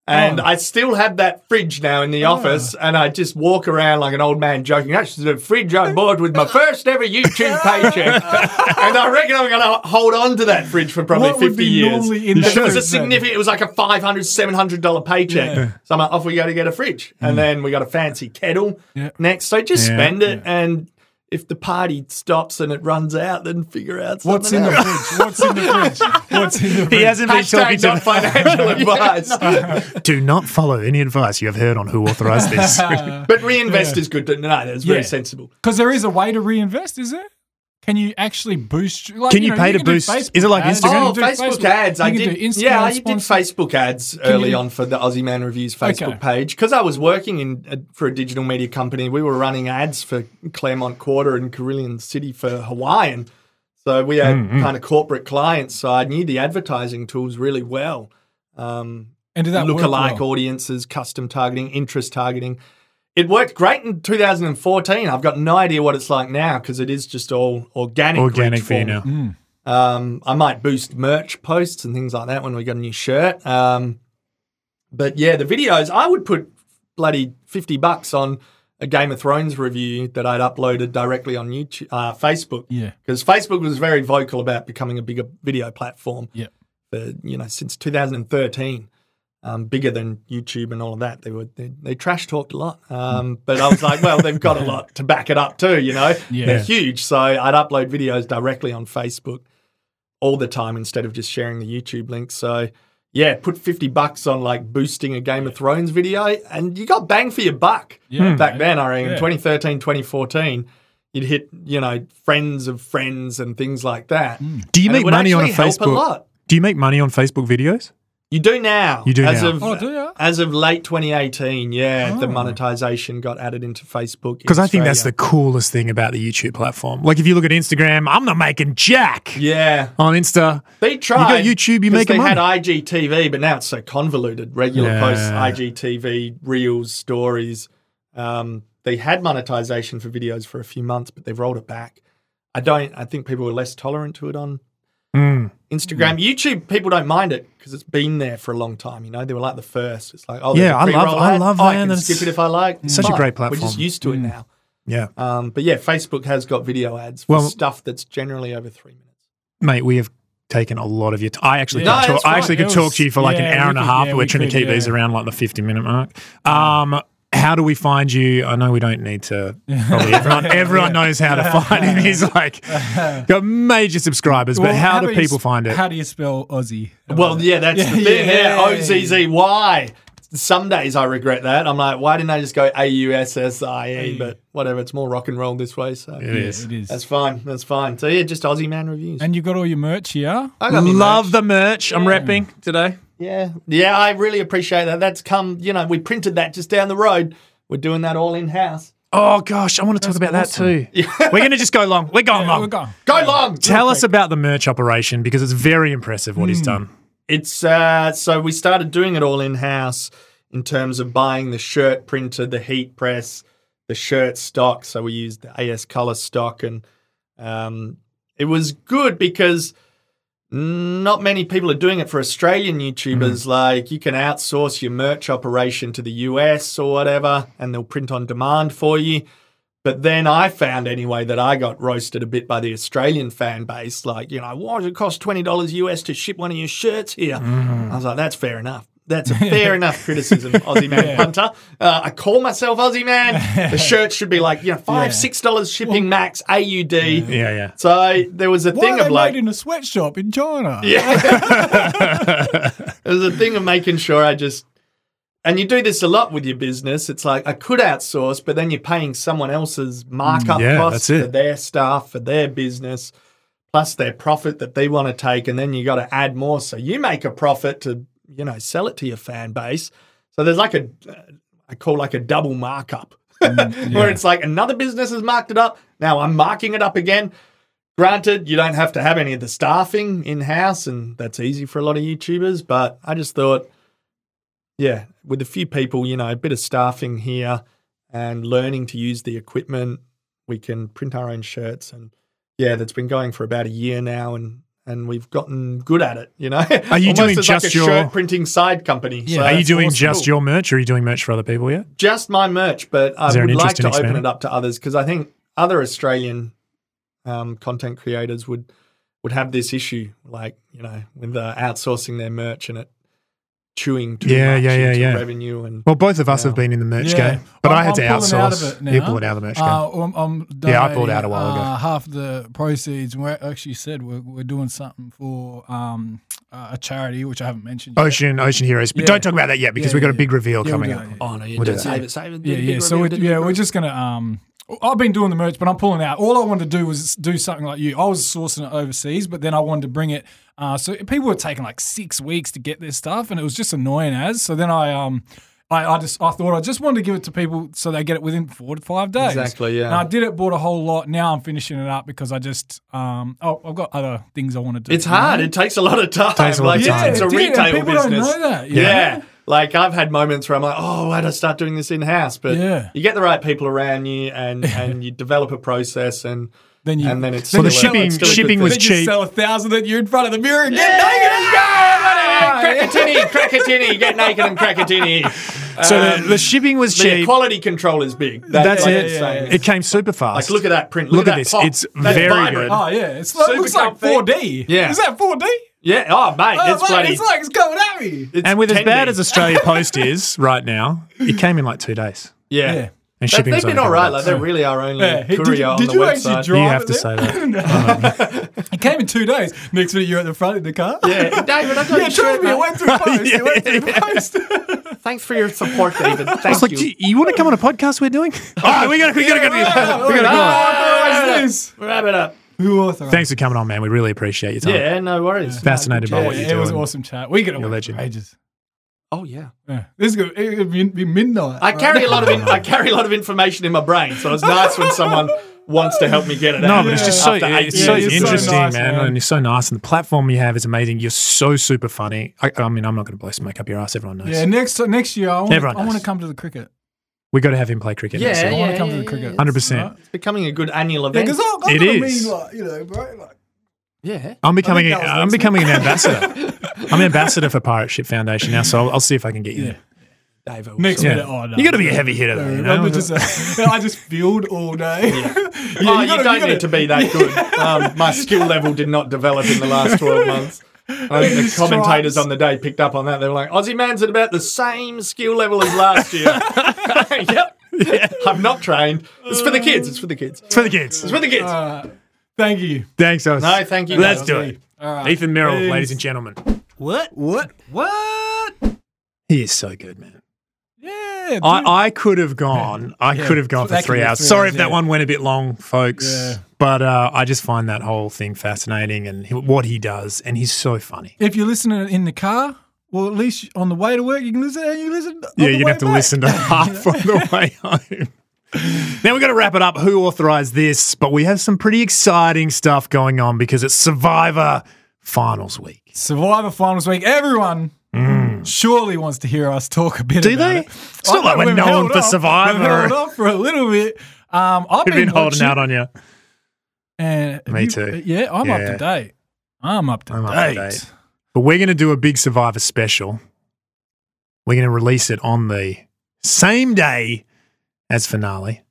C: And
B: Oh.
C: I still have that fridge now in the office, and I just walk around like an old man joking. That's the fridge I bought with my first ever YouTube paycheck. and I reckon I'm going to hold on to that fridge for probably
B: What
C: 50
B: would be
C: years.
B: normally in
C: Because
B: the
C: it
B: fridge
C: was a
B: then?
C: significant, it was like a $500, $700 paycheck.
B: Yeah. Mm.
C: So I'm like, off we go to get a fridge. And then we got a fancy kettle
B: Yeah.
C: next. So just
A: Yeah.
C: spend it and if the party stops and it runs out, then figure out something
B: What's in the
C: else.
B: fridge? What's in the fridge? What's in the fridge?
A: He hasn't been talking
C: Hashtag
A: to
C: not financial advice.
A: Do not follow any advice you have heard on who authorized this.
C: But reinvest is good. To, no, that's very
B: Yeah.
C: sensible.
B: Because there is a way to reinvest, is there? Can you actually boost? Like,
A: Can you
B: know,
A: pay to
B: do
A: boost-
B: Facebook
A: is it like
B: ads,
A: Instagram?
B: you
C: Oh,
B: can do
C: Facebook, ads.
B: You
C: I
B: can
C: did.
B: do Instagram
C: yeah, I did
B: sponsor-
C: Facebook ads early
B: do-
C: on for the Aussie Man Reviews Facebook
B: Okay.
C: page because I was working in uh, for a digital media company. We were running ads for Claremont Quarter and Carillion City for Hawaiian. So we had
B: Mm-hmm.
C: kind of corporate clients. So I knew the advertising tools really well. Um,
B: And did that work
C: lookalike
B: well?
C: audiences, custom targeting, interest targeting. It worked great in 2014. I've got no idea what it's like now because it is just all organic.
A: Organic
C: reach
A: for you
C: me.
A: now.
B: Mm,
C: Um, I might boost merch posts and things like that when we got a new shirt. Um, but yeah, the videos, I would put bloody 50 bucks on a Game of Thrones review that I'd uploaded directly on YouTube, uh, Facebook.
B: Yeah.
C: Because Facebook was very vocal about becoming a bigger video platform
B: Yeah.
C: for you know since 2013, um, bigger than YouTube and all of that. They were they, they trash talked a lot,
B: Mm.
C: um, but I was like, well, they've got a lot to back it up too. You know,
B: Yeah.
C: they're huge. So I'd upload videos directly on Facebook all the time instead of just sharing the YouTube link. So. Yeah, put 50 bucks on like boosting a Game of Thrones video and you got bang for your buck
B: Yeah,
C: back
B: mate.
C: then, I reckon.
B: Yeah.
C: 2013, 2014, you'd hit, you know, friends of friends and things like that.
A: Do Hmm. you
C: And it
A: make
C: would
A: money on a
C: actually help
A: Facebook?
C: A lot.
A: Do you make money on Facebook videos?
C: You do now.
A: You do
C: as
A: now.
C: Of,
B: Oh, do ya?
C: As of late 2018, yeah, the monetization got added into Facebook.
A: Because I think that's the coolest thing about the YouTube platform. Like if you look at Instagram, I'm not making jack
C: yeah.
A: on Insta.
C: They tried.
A: YouTube, you
C: 'cause
A: make
C: They
A: money.
C: had IGTV, but now it's so convoluted. Regular
A: Yeah.
C: posts, IGTV, reels, stories. Um, they had monetization for videos for a few months, but they've rolled it back. I don't. I think people were less tolerant to it on
A: Mm.
C: Instagram. YouTube people don't mind it because it's been there for a long time. You know, they were like the first. It's like, oh,
A: Yeah,
C: there's a
A: I love-
C: pre-roll
A: I
C: ad.
A: love
C: Oh, I
A: that,
C: can
A: and
C: skip
A: it's
C: it if I like. It's
A: such a
C: fine.
A: great
C: We're just
A: platform. Mm.
C: used to it now.
A: Yeah,
C: Um, but yeah, Facebook has got video ads for
A: Well-
C: stuff that's generally over three minutes.
A: mate, we have taken a lot of your time. I actually,
B: Yeah.
A: could
C: No,
A: talk,
C: that's
A: I actually
B: fine.
A: could
B: It
A: talk
B: was-
A: to you for like an
B: yeah,
A: hour
B: we
A: and a
B: could-
A: half.
B: yeah,
A: but we're
B: we
A: trying to
B: could,
A: keep these
B: yeah.
A: around like the fifty minute mark. Um, how do we find you? I know we don't need to. Probably everyone, everyone knows how to find him. He's like got major subscribers, but
B: Well,
A: how, do
B: you
A: people
B: s-
A: find it?
B: How do you spell Aussie?
C: Well, yeah, that's the thing.
B: yeah,
C: Yeah,
B: yeah,
C: O Z Z Y. Some days I regret that. I'm like, why didn't I just go A U S S I E? But whatever, it's more rock and roll this way. So
A: it is.
B: It is.
C: that's fine. That's fine. So yeah, just Aussie Man reviews.
B: and you got all your merch here.
C: I got me
A: Love
C: merch.
A: the merch. I'm repping today.
C: Yeah, yeah, I really appreciate that. That's come. You know, we printed that just down the road. We're doing that all in house.
A: Oh gosh, I want to talk about that too. We're going to just go long. We're going long.
B: We're gone.
C: Go long.
A: Tell us about the merch operation because it's very impressive what
B: Hmm.
A: he's done.
C: It's uh, so we started doing it all in house in terms of buying the shirt printer, the heat press, the shirt stock. So we used the AS Color stock, and um, it was good because not many people are doing it for Australian YouTubers. Like you can outsource your merch operation to the US or whatever, and they'll print on demand for you. But then I found anyway that I got roasted a bit by the Australian fan base. Like, you know, why does it cost twenty dollars US to ship one of your shirts here? I was like, that's fair enough. That's a fair enough criticism, Aussie man punter. Uh, I call myself Aussie man. The shirt should be like, you know, five six dollars shipping max AUD.
A: Yeah, yeah.
C: So there was a
B: Why
C: thing
B: are
C: of
B: they
C: like
B: made in a sweatshop in China?
C: It was a thing of making sure I just, and you do this a lot with your business. It's like I could outsource, but then you're paying someone else's markup
A: Yeah,
C: costs
A: that's it.
C: for their staff, for their business, plus their profit that they want to take. And then you got to add more. So you make a profit to, you know, sell it to your fan base. So there's like a, uh, I call like a double markup
B: Mm,
C: where it's like another business has marked it up. Now I'm marking it up again. Granted, you don't have to have any of the staffing in house, and that's easy for a lot of YouTubers. But I just thought, yeah, with a few people, you know, a bit of staffing here and learning to use the equipment, we can print our own shirts. And yeah, that's been going for about a year now, and and we've gotten good at it. You know, are
A: you doing
C: as like
A: just
C: a
A: your-
C: shirt printing side company?
B: Yeah.
A: Are you
C: that's
A: doing
C: awesome.
A: just
C: Cool
A: your merch or are you doing merch for other people yet?
C: just my merch, but I
A: Is there an
C: would like
A: interest in
C: to open
A: expanding?
C: it up to others because I think other Australian um, content creators would would have this issue, like you know, with uh, outsourcing their merch and it chewing too
A: Yeah,
C: much
A: yeah, yeah,
C: into
A: yeah.
C: revenue and
A: Well, both of us have been in the merch
B: Yeah.
A: game, but i
B: I'm-
A: had to
B: I'm pulling out of
A: outsource.
B: it now.
A: You pulled out of the merch game.
B: Uh, I'm, I'm
A: Yeah, I pulled out a
B: donating,
A: while ago.
B: Uh, half the proceeds, and we actually said we're, we're doing something for um, uh, a charity, which I haven't mentioned. yet.
A: Ocean, Ocean Heroes, but
B: Yeah.
A: don't talk about that yet because
B: Yeah,
A: we've got
B: yeah,
A: a big reveal
B: Yeah,
A: coming
B: we'll
A: up.
B: do that,
C: oh no, you
A: We'll do
C: don't
A: that.
C: save it, save it.
B: Yeah, yeah. So we're, yeah, we're just gonna. Um, I've been doing the merch, but I'm pulling out. All I wanted to do was do something like you. I was sourcing it overseas, but then I wanted to bring it. Uh, so people were taking like six weeks to get their stuff, and it was just annoying as. So then I um. I, I just I thought I just wanted to give it to people so they get it within four to five days.
C: Exactly, yeah.
B: And I did it, bought a whole lot. Now I'm finishing it up because I just um oh I've got other things I want to do.
C: it's hard. It takes a lot of time.
A: Takes a lot of
C: like,
A: time.
C: It's,
B: Yeah,
C: it's a
B: it did, and
C: retail
B: people don't
C: business.
B: know that, you
C: Yeah.
B: know?
C: Like I've had moments where I'm like, oh, why did I start doing this in house? But
B: Yeah.
C: you get the right people around you, and and you develop a process, and
B: Then you
C: and then it's
B: then
A: Well, the
B: you
C: still a-
B: sell
A: shipping
B: it,
C: it's still a good
A: shipping
C: thing.
A: was
B: then you
A: cheap.
B: sell a thousand, then you're in front of the mirror and get naked and go.
C: Crackatini, crackatini, get naked and crackatini.
A: So the, the shipping was
C: The
A: cheap.
C: quality control is big. That-
A: That's
C: like
A: it.
C: it's saying-
A: It came super fast.
C: Like, look at that print.
A: Look
C: Look,
A: at
C: that
A: this.
C: pop.
A: It's
C: That's
A: very
C: vibrant.
A: good.
B: Oh yeah, it's like,
C: Super
B: looks like
C: comfy.
B: 4D.
C: Yeah.
B: is that 4D?
C: Yeah. Oh, mate,
B: Oh,
C: it's
B: mate,
C: bloody.
B: it's like it's coming at me.
C: it's
A: and with as
C: 10
A: bad
C: big.
A: as Australia Post is right now, it came in like two days.
C: yeah.
B: Yeah.
A: And
C: They-
A: shipping
C: They've
A: was
C: been
A: only
C: all right.
A: $10.
C: Like they really are only
B: Yeah. Hey,
C: courier
B: did you,
C: on
B: did
C: the
B: you actually
C: website.
B: drive?
A: You have
B: it
A: to
B: there?
A: say that.
B: It came in two days. Next minute, you're at the front of the car.
C: yeah, David, I got
B: yeah,
C: your
B: trust
C: shirt,
B: me,
C: mate.
B: it went through post. It went through post.
C: Thanks for your support, David. Thank
A: It's like,
C: you.
A: do you, want to come on a podcast we're doing? all right, we got to we got to go. We got to go. on.
C: Oh,
B: What is this?
C: Wrap it up.
B: Who authorized?
A: Thanks for coming on, man. We really appreciate your time.
C: Yeah, no worries.
A: Fascinated by what
B: Yeah,
A: you're
B: it was
A: doing.
B: awesome chat. We could have went
A: legend.
B: for ages.
C: Oh yeah.
B: Yeah. This is good. It would be, be midnight.
C: I carry a lot of in, I carry a lot of information in my brain, so it's nice when someone wants to help me get it
A: No,
C: out.
A: but it's just so,
C: After eight
A: it's so
C: years,
B: it's so
A: interesting,
B: nice,
A: man,
B: man.
A: And you're so nice. And the platform you have is amazing. You're so super funny. I, I mean, I'm not going to blow smoke up your ass. Everyone knows.
B: Yeah, next next year I want
A: Everyone
B: I want
A: knows.
B: to come to the cricket.
A: we got to have him play cricket.
C: Yeah,
A: next year.
B: I want to
C: yeah,
B: come to
C: yeah,
B: the
C: yeah,
B: cricket.
C: yeah.
A: 100%.
B: Right?
C: It's becoming a good annual
B: Yeah,
C: event.
B: because I, I
A: It
B: don't
A: is.
B: mean like you know, bro, like
C: yeah.
A: I'm becoming,
B: I
A: a,
B: think that was
A: I'm
B: next
A: becoming an ambassador. I'm an ambassador for Pirate Ship Foundation now, so I'll, I'll see if I can get you there.
C: Dave, I will
B: next
C: sort
B: minute. Oh, no,
A: You got to be a heavy hitter, though. You know?
B: I'm just, uh, I just field all day. Yeah. you
C: Oh, you,
B: gotta-
C: don't
B: gotta-
C: need to be that good. Um, my skill level did not develop in the last 12 months. I think the
B: Stripes.
C: commentators on the day picked up on that. They were like, Aussie man's at about the same skill level as last year. yep. I'm not trained. It's for the kids. It's for the kids.
A: It's for the kids.
C: It's for the kids.
B: Thank you.
A: Thanks, us.
C: no, thank you.
A: Let's
C: guys.
A: do it. Ethan Merrill,
B: Thanks.
A: ladies and gentlemen.
B: What? What? What?
A: He is so good, man.
B: Yeah. dude.
A: I, I could have gone. I
B: Yeah.
A: could have gone
B: So that
A: for
B: could
A: three
B: be
A: hours.
B: three
A: Sorry
B: hours,
A: if that
B: yeah.
A: one went a bit long, folks.
B: Yeah.
A: But uh, I just find that whole thing fascinating and he- what he does, and he's so funny.
B: if you're listening in the car, well, at least on the way to work, you can listen. You can listen. on
A: Yeah,
B: the
A: you'd
B: way
A: have to
B: back.
A: listen to half on the way home. Now we've got to wrap it up. Who authorized this? But we have some pretty exciting stuff going on because it's Survivor Finals Week.
B: Survivor finals week. Everyone Mm. surely wants to hear us talk a bit.
A: Do
B: about
A: they?
B: It.
A: It's not like
B: I know
A: we're
B: we've
A: known
B: held
A: for
B: off.
A: Survivor.
B: We've held off for a little bit. Um, I've
A: We've
B: been,
A: been holding out on you.
B: And
A: Me
B: you-
A: too.
B: Yeah, I'm up
A: Yeah.
B: to date. I'm up to
A: I'm
B: date.
A: up to date. But we're going to do a big Survivor special. We're going to release it on the same day as finale.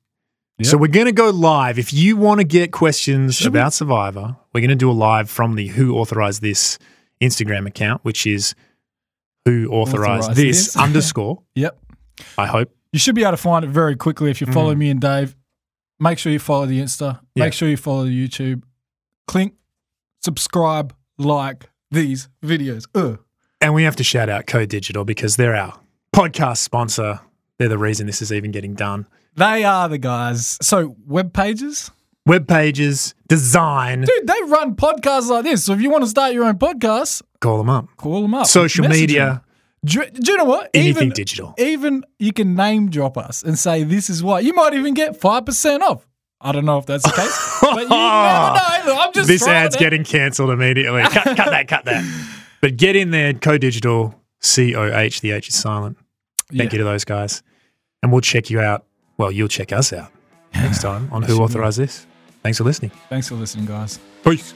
B: Yep.
A: So we're going to go live. If you want to get questions
B: Should we-
A: about Survivor, we're going to do a live from the Who Authorized This Instagram account, which is Who Authorized,
B: Authorized
A: This,
B: This.
A: underscore.
B: Yep.
A: I hope.
B: You should be able to find it very quickly if you follow me and Dave. Make sure you follow the Insta.
A: Mm-hmm. Yeah.
B: Make sure you follow the YouTube. Click, subscribe, like these videos. Ugh.
A: And we have to shout out Code Digital because they're our podcast sponsor. They're the reason this is even getting done.
B: They are the guys. So web pages,
A: Web pages, design,
B: dude. They run podcasts like this. So if you want to start your own podcast,
A: call them up.
B: call them up.
A: Social
B: Message
A: media,
B: them. Do, do you know what?
A: anything
B: even,
A: digital.
B: even you can name drop us and say this is why. You might even get five percent off. I don't know if that's the case, but you never know. I'm just
A: this
B: throwing
A: ad's
B: it.
A: getting cancelled immediately. Cut, cut that, cut that. But get in there, Co Digital, C O H, the H is silent. Thank
B: Yeah.
A: you to those guys. And we'll check you out. Well, you'll check us out next time on Who Authorized This. Thanks for listening.
B: Thanks for listening, guys.
A: Peace.